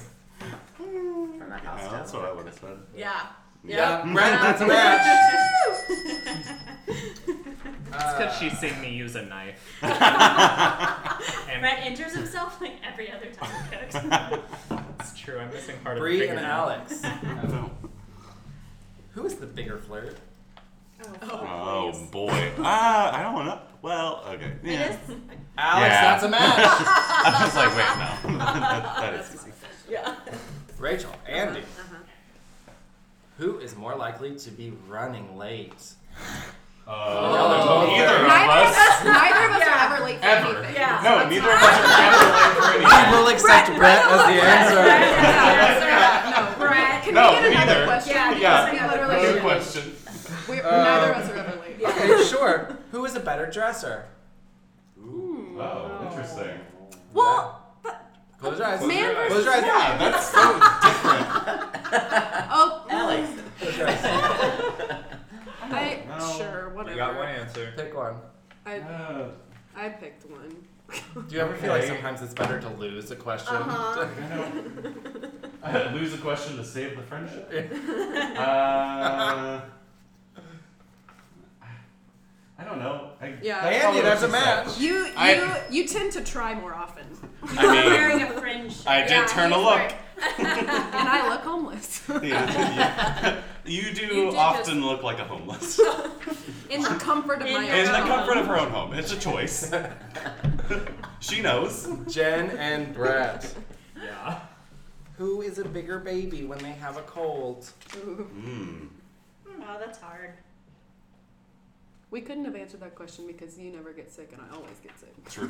Speaker 10: from the house.
Speaker 2: Yeah,
Speaker 10: down.
Speaker 2: that's what I would have said.
Speaker 9: Yeah.
Speaker 1: Yeah, Brett, that's a match.
Speaker 8: It's because
Speaker 1: Uh,
Speaker 8: she's seen me use a knife. and
Speaker 4: Brett injures himself like every other time he cooks.
Speaker 8: it's true. I'm missing part of the
Speaker 1: Bree
Speaker 8: figure
Speaker 1: and
Speaker 8: now.
Speaker 1: Alex. Oh, Who is the bigger flirt?
Speaker 2: Oh boy. Ah, I don't know. Well, okay. Yeah.
Speaker 1: Alex,
Speaker 2: Yeah.
Speaker 1: that's a match.
Speaker 2: I was like, wait, no. that, that is easy.
Speaker 9: Yeah.
Speaker 1: Rachel, Andy. Who is more likely to be running late?
Speaker 5: both
Speaker 2: Either
Speaker 5: there.
Speaker 2: of
Speaker 6: Neither of
Speaker 2: us.
Speaker 6: us, neither of us
Speaker 9: Yeah.
Speaker 6: are ever late for
Speaker 5: Ever.
Speaker 6: anything.
Speaker 9: Yeah.
Speaker 2: No, neither of us are ever late for
Speaker 1: I
Speaker 2: anything.
Speaker 1: will accept Brett, as the answer.
Speaker 6: Yeah. No, Brad. Can
Speaker 2: No,
Speaker 6: we get another
Speaker 2: neither.
Speaker 6: question?
Speaker 9: Yeah,
Speaker 2: Yeah.
Speaker 6: Can we get another
Speaker 2: Good
Speaker 6: question?
Speaker 2: question.
Speaker 6: We're,
Speaker 1: Uh,
Speaker 6: neither of us are ever late.
Speaker 1: Okay, sure. Who is a better dresser?
Speaker 2: Oh, interesting.
Speaker 6: Well,
Speaker 1: Close your eyes.
Speaker 6: Man
Speaker 1: Close
Speaker 6: versus
Speaker 1: your eyes.
Speaker 2: Yeah, that's so different.
Speaker 6: oh,
Speaker 10: Alex.
Speaker 1: Close your eyes.
Speaker 6: I
Speaker 2: No.
Speaker 6: sure whatever.
Speaker 5: You got one answer.
Speaker 1: Pick one.
Speaker 6: I
Speaker 2: Uh,
Speaker 6: I picked one.
Speaker 1: Do you ever feel like
Speaker 2: Okay.
Speaker 1: sometimes it's better to lose a question?
Speaker 6: Uh-huh.
Speaker 2: I had to lose a question to save the friendship. uh, I don't know. I,
Speaker 6: Yeah.
Speaker 2: that's
Speaker 1: Andy,
Speaker 2: probably
Speaker 1: that's
Speaker 2: what
Speaker 1: a
Speaker 2: she said.
Speaker 1: match.
Speaker 6: You you
Speaker 2: I-
Speaker 6: you tend to try more often,
Speaker 4: I'm
Speaker 2: I mean,
Speaker 4: wearing a fringe.
Speaker 2: I did turn a look.
Speaker 6: and I look homeless
Speaker 2: Yeah, you, you do
Speaker 6: You did
Speaker 2: often look like a homeless.
Speaker 6: in the comfort of
Speaker 4: In
Speaker 6: my
Speaker 4: the
Speaker 2: In
Speaker 6: own
Speaker 2: the
Speaker 6: home.
Speaker 2: comfort of her own home. It's a choice. she knows.
Speaker 1: Jen and Brett.
Speaker 8: Yeah.
Speaker 1: Who is a bigger baby when they have a cold?
Speaker 6: Ooh.
Speaker 2: Mm.
Speaker 4: Oh, that's hard.
Speaker 6: We couldn't have answered that question because you never get sick and I always get sick.
Speaker 2: True.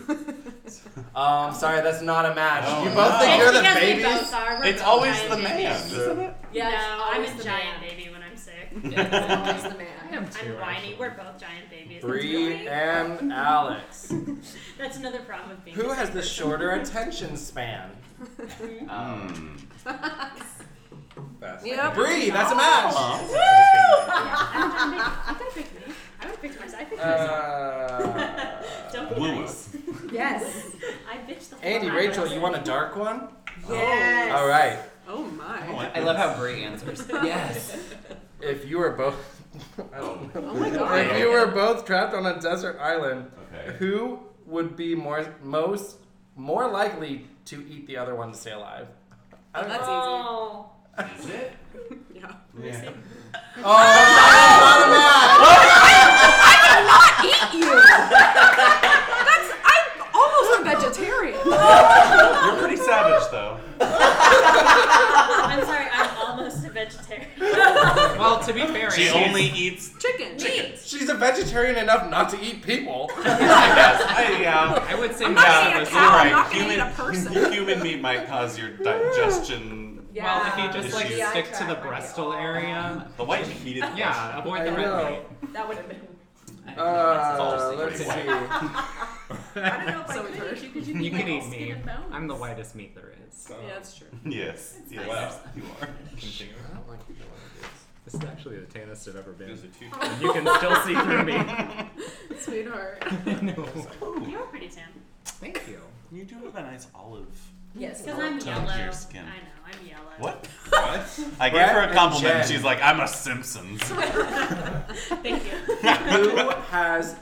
Speaker 1: Um, sorry, that's not a match.
Speaker 2: Oh,
Speaker 1: you both think
Speaker 2: no.
Speaker 1: you're the
Speaker 4: Because we
Speaker 1: babies?
Speaker 4: both are. We're
Speaker 2: It's
Speaker 4: both
Speaker 2: always
Speaker 4: giant
Speaker 2: the
Speaker 4: babies.
Speaker 2: man, isn't it?
Speaker 9: Yeah. it's
Speaker 4: no, I'm
Speaker 9: always
Speaker 4: a
Speaker 9: the
Speaker 4: giant
Speaker 9: man.
Speaker 4: baby when I'm sick.
Speaker 9: It's always the man.
Speaker 8: am
Speaker 4: I'm whiny. We're both giant babies. That's
Speaker 1: Bree
Speaker 4: really-
Speaker 1: and Alex.
Speaker 4: That's another problem with being.
Speaker 1: Who
Speaker 4: the
Speaker 1: has
Speaker 4: same
Speaker 1: the
Speaker 4: person.
Speaker 1: shorter attention span?
Speaker 7: Um,
Speaker 6: Oh.
Speaker 2: Mm.
Speaker 6: Yep.
Speaker 1: Bree, that's
Speaker 6: Oh.
Speaker 1: a match.
Speaker 4: Yeah, I'm a giant baby. You gotta pick me. I would pick myself. I pick myself.
Speaker 1: Uh,
Speaker 4: Don't be
Speaker 2: Woo-woo.
Speaker 4: nice.
Speaker 9: Yes.
Speaker 4: I bitch the whole
Speaker 1: Andy,
Speaker 4: time.
Speaker 1: Rachel, you want a dark one?
Speaker 9: Yes.
Speaker 1: All right.
Speaker 6: Oh my.
Speaker 2: Oh,
Speaker 7: I love how Brie answers. Yes.
Speaker 1: If you were both, I don't know.
Speaker 6: Oh my god.
Speaker 1: If you were both trapped on a desert island,
Speaker 2: Okay.
Speaker 1: who would be more most more likely to eat the other one to stay alive? I don't
Speaker 6: That's
Speaker 1: know.
Speaker 4: Oh.
Speaker 2: Is it?
Speaker 6: Yeah.
Speaker 2: Yeah.
Speaker 1: Oh, that's not a match.
Speaker 6: Eat you. That's I'm almost a vegetarian.
Speaker 2: You're pretty savage, though.
Speaker 4: I'm sorry, I'm almost a vegetarian.
Speaker 8: Well, to be fair,
Speaker 2: She
Speaker 8: she's-
Speaker 2: only eats.
Speaker 6: Chicken. Meat.
Speaker 1: She's a vegetarian enough not to eat people. Uh,
Speaker 2: Yes, I, yeah.
Speaker 8: I would say
Speaker 6: I'm
Speaker 8: most
Speaker 6: not
Speaker 8: of
Speaker 6: eating a
Speaker 8: us
Speaker 6: cow.
Speaker 2: You're right.
Speaker 6: I'm not gonna
Speaker 2: human,
Speaker 6: eat a person.
Speaker 2: human meat might cause your digestion.
Speaker 8: Well, if you
Speaker 9: Yeah.
Speaker 8: just like
Speaker 2: Issues.
Speaker 8: stick to the Bristol area,
Speaker 2: The white meat is
Speaker 8: yeah, avoid the
Speaker 1: I
Speaker 8: red
Speaker 1: know.
Speaker 8: light.
Speaker 9: That would have been.
Speaker 1: Uh,
Speaker 2: Falsely
Speaker 1: let's see.
Speaker 2: pretty
Speaker 9: I don't know if I
Speaker 6: So
Speaker 9: could
Speaker 6: weird.
Speaker 9: eat you because you
Speaker 8: You
Speaker 9: think
Speaker 8: can
Speaker 9: I'm
Speaker 8: eat
Speaker 9: all skin
Speaker 8: me.
Speaker 9: and bones.
Speaker 8: I'm the whitest meat there is.
Speaker 6: Yeah, that's true.
Speaker 2: Yes. yes.
Speaker 7: Wow.
Speaker 2: You are.
Speaker 5: Continue.
Speaker 1: I don't like either one of these.
Speaker 8: This is actually the tannest I've ever been.
Speaker 5: There's a two.
Speaker 8: You can still see through me.
Speaker 6: Sweetheart.
Speaker 8: no.
Speaker 4: You were pretty tan.
Speaker 8: Thank you.
Speaker 2: You do have a nice olive.
Speaker 9: Yes.
Speaker 4: Because I'm
Speaker 2: Don't
Speaker 4: yellow.
Speaker 2: your skin.
Speaker 4: I know, I'm yellow.
Speaker 2: What?
Speaker 5: What?
Speaker 2: I gave
Speaker 1: Brett
Speaker 2: her a
Speaker 1: and
Speaker 2: compliment. And
Speaker 1: Jen.
Speaker 2: she's like, I'm a Simpsons.
Speaker 4: Thank you.
Speaker 1: Who has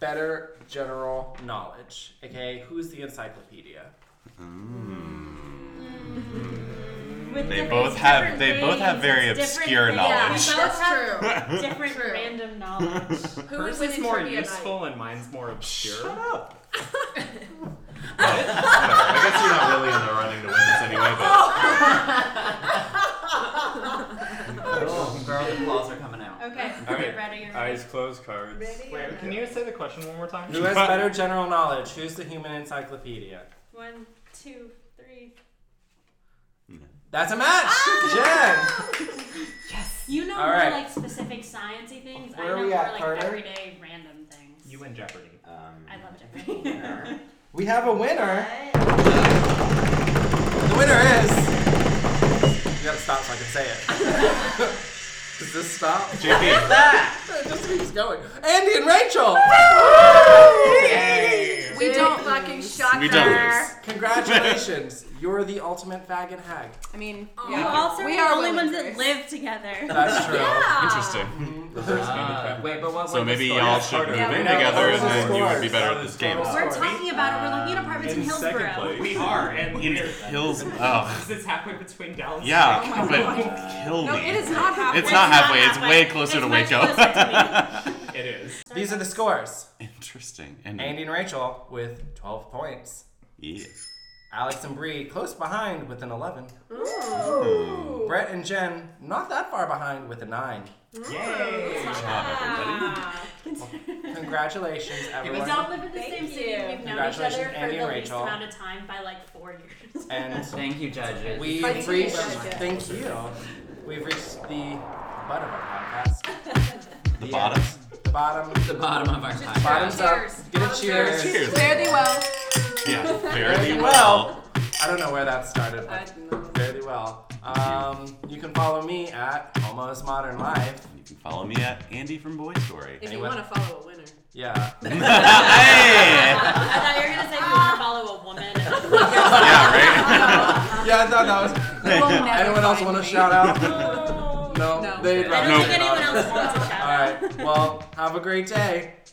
Speaker 1: better general knowledge? Okay, who's the encyclopedia?
Speaker 4: With
Speaker 2: They
Speaker 4: different-
Speaker 2: both have
Speaker 4: different
Speaker 2: they both have
Speaker 4: names,
Speaker 2: very
Speaker 4: different
Speaker 2: obscure
Speaker 4: things.
Speaker 9: Yeah.
Speaker 2: knowledge.
Speaker 4: We both
Speaker 9: That's
Speaker 4: have
Speaker 9: true.
Speaker 4: different
Speaker 9: True.
Speaker 4: random knowledge.
Speaker 9: Who
Speaker 8: Hers
Speaker 9: would
Speaker 8: is
Speaker 9: win
Speaker 8: more
Speaker 9: trivia
Speaker 8: useful and mine's more obscure.
Speaker 2: up. I guess you're not really in the running to win this anyway, but
Speaker 7: Girl, the claws are coming out.
Speaker 4: Okay, Get ready, you're ready.
Speaker 11: Eyes closed cards.
Speaker 1: Wait, can you say the question one more time?
Speaker 11: Who has better
Speaker 1: general knowledge? Who's the human encyclopedia?
Speaker 4: One, two, three.
Speaker 1: That's a match!
Speaker 4: Ah! Yes. You know
Speaker 1: All
Speaker 4: more
Speaker 1: right.
Speaker 4: like specific sciencey things.
Speaker 1: Where are
Speaker 4: I know
Speaker 1: we
Speaker 4: more
Speaker 1: at,
Speaker 4: like
Speaker 1: Carter?
Speaker 4: everyday random things.
Speaker 1: You win Jeopardy.
Speaker 4: I love Jeopardy.
Speaker 1: We have a winner. The winner is. You gotta stop so I can say it. Does this stop?
Speaker 2: JP.
Speaker 1: it just keeps going. Andy and Rachel.
Speaker 6: We don't fucking shock
Speaker 1: We
Speaker 6: her.
Speaker 1: don't lose. Congratulations. You're the ultimate faggot hag.
Speaker 6: I mean,
Speaker 4: You also are
Speaker 6: we
Speaker 4: the
Speaker 6: are
Speaker 4: only
Speaker 6: willing
Speaker 4: ones that
Speaker 6: to-
Speaker 4: live together.
Speaker 1: That's true.
Speaker 2: Interesting.
Speaker 7: Uh, wait, but what
Speaker 2: So
Speaker 7: were the
Speaker 2: maybe
Speaker 7: scores?
Speaker 2: y'all should move in together and then you would be better at this game.
Speaker 4: We're talking about it. We're looking at apartments in,
Speaker 11: in second
Speaker 4: Hillsborough.
Speaker 11: place.
Speaker 12: We are, and
Speaker 2: In Hills. Oh.
Speaker 12: because it's halfway between Dallas. and
Speaker 8: Oh
Speaker 2: Yeah,
Speaker 12: Waco.
Speaker 2: but kill me.
Speaker 12: No, it is not halfway.
Speaker 2: It's not
Speaker 12: It's not
Speaker 2: halfway. It's
Speaker 12: halfway.
Speaker 2: way closer to
Speaker 12: It's
Speaker 2: Waco.
Speaker 12: much closer
Speaker 1: It is. These are the scores.
Speaker 2: Interesting. And
Speaker 1: Andy and Rachel with 12 points.
Speaker 2: yeah.
Speaker 1: Alex and Bree close behind with an 11.
Speaker 2: Ooh.
Speaker 1: Brett and Jen not that far behind with a 9.
Speaker 2: Good job,
Speaker 9: Ah.
Speaker 2: everybody.
Speaker 1: Congratulations,
Speaker 4: We
Speaker 1: everyone.
Speaker 4: all live in the same city.
Speaker 3: you.
Speaker 4: We've known each other
Speaker 1: Congratulations,
Speaker 4: for
Speaker 1: Andy
Speaker 4: the
Speaker 1: and
Speaker 4: least
Speaker 1: Rachel.
Speaker 4: amount of time by like four years.
Speaker 1: And
Speaker 7: thank you, judges.
Speaker 1: We've
Speaker 4: Thank you,
Speaker 1: reached.
Speaker 4: judges.
Speaker 1: Thank you. We've reached the bottom of our podcast.
Speaker 2: The bottom?
Speaker 1: The bottom.
Speaker 7: The bottom of our podcast.
Speaker 1: Bottoms up.
Speaker 7: Cheers.
Speaker 1: Give it cheers.
Speaker 7: Cheers.
Speaker 6: Fare thee well.
Speaker 2: Yeah,
Speaker 1: Fairly well. I don't know where that started, but fairly well. Um, you can follow me at Almost Modern Life.
Speaker 2: You can follow me at Andy from Boy Story.
Speaker 6: If you want to follow a winner.
Speaker 1: Yeah.
Speaker 2: hey!
Speaker 3: I thought you were gonna say you want to follow a woman.
Speaker 2: Yeah, right?
Speaker 1: yeah, I thought that was.
Speaker 3: They will never
Speaker 1: anyone else
Speaker 3: find
Speaker 1: want to
Speaker 3: me.
Speaker 1: shout out? No,
Speaker 3: No.
Speaker 1: they'd
Speaker 3: I
Speaker 1: rather
Speaker 3: don't think
Speaker 1: not.
Speaker 3: anyone else wants a shout
Speaker 1: All right. Well, have a great day.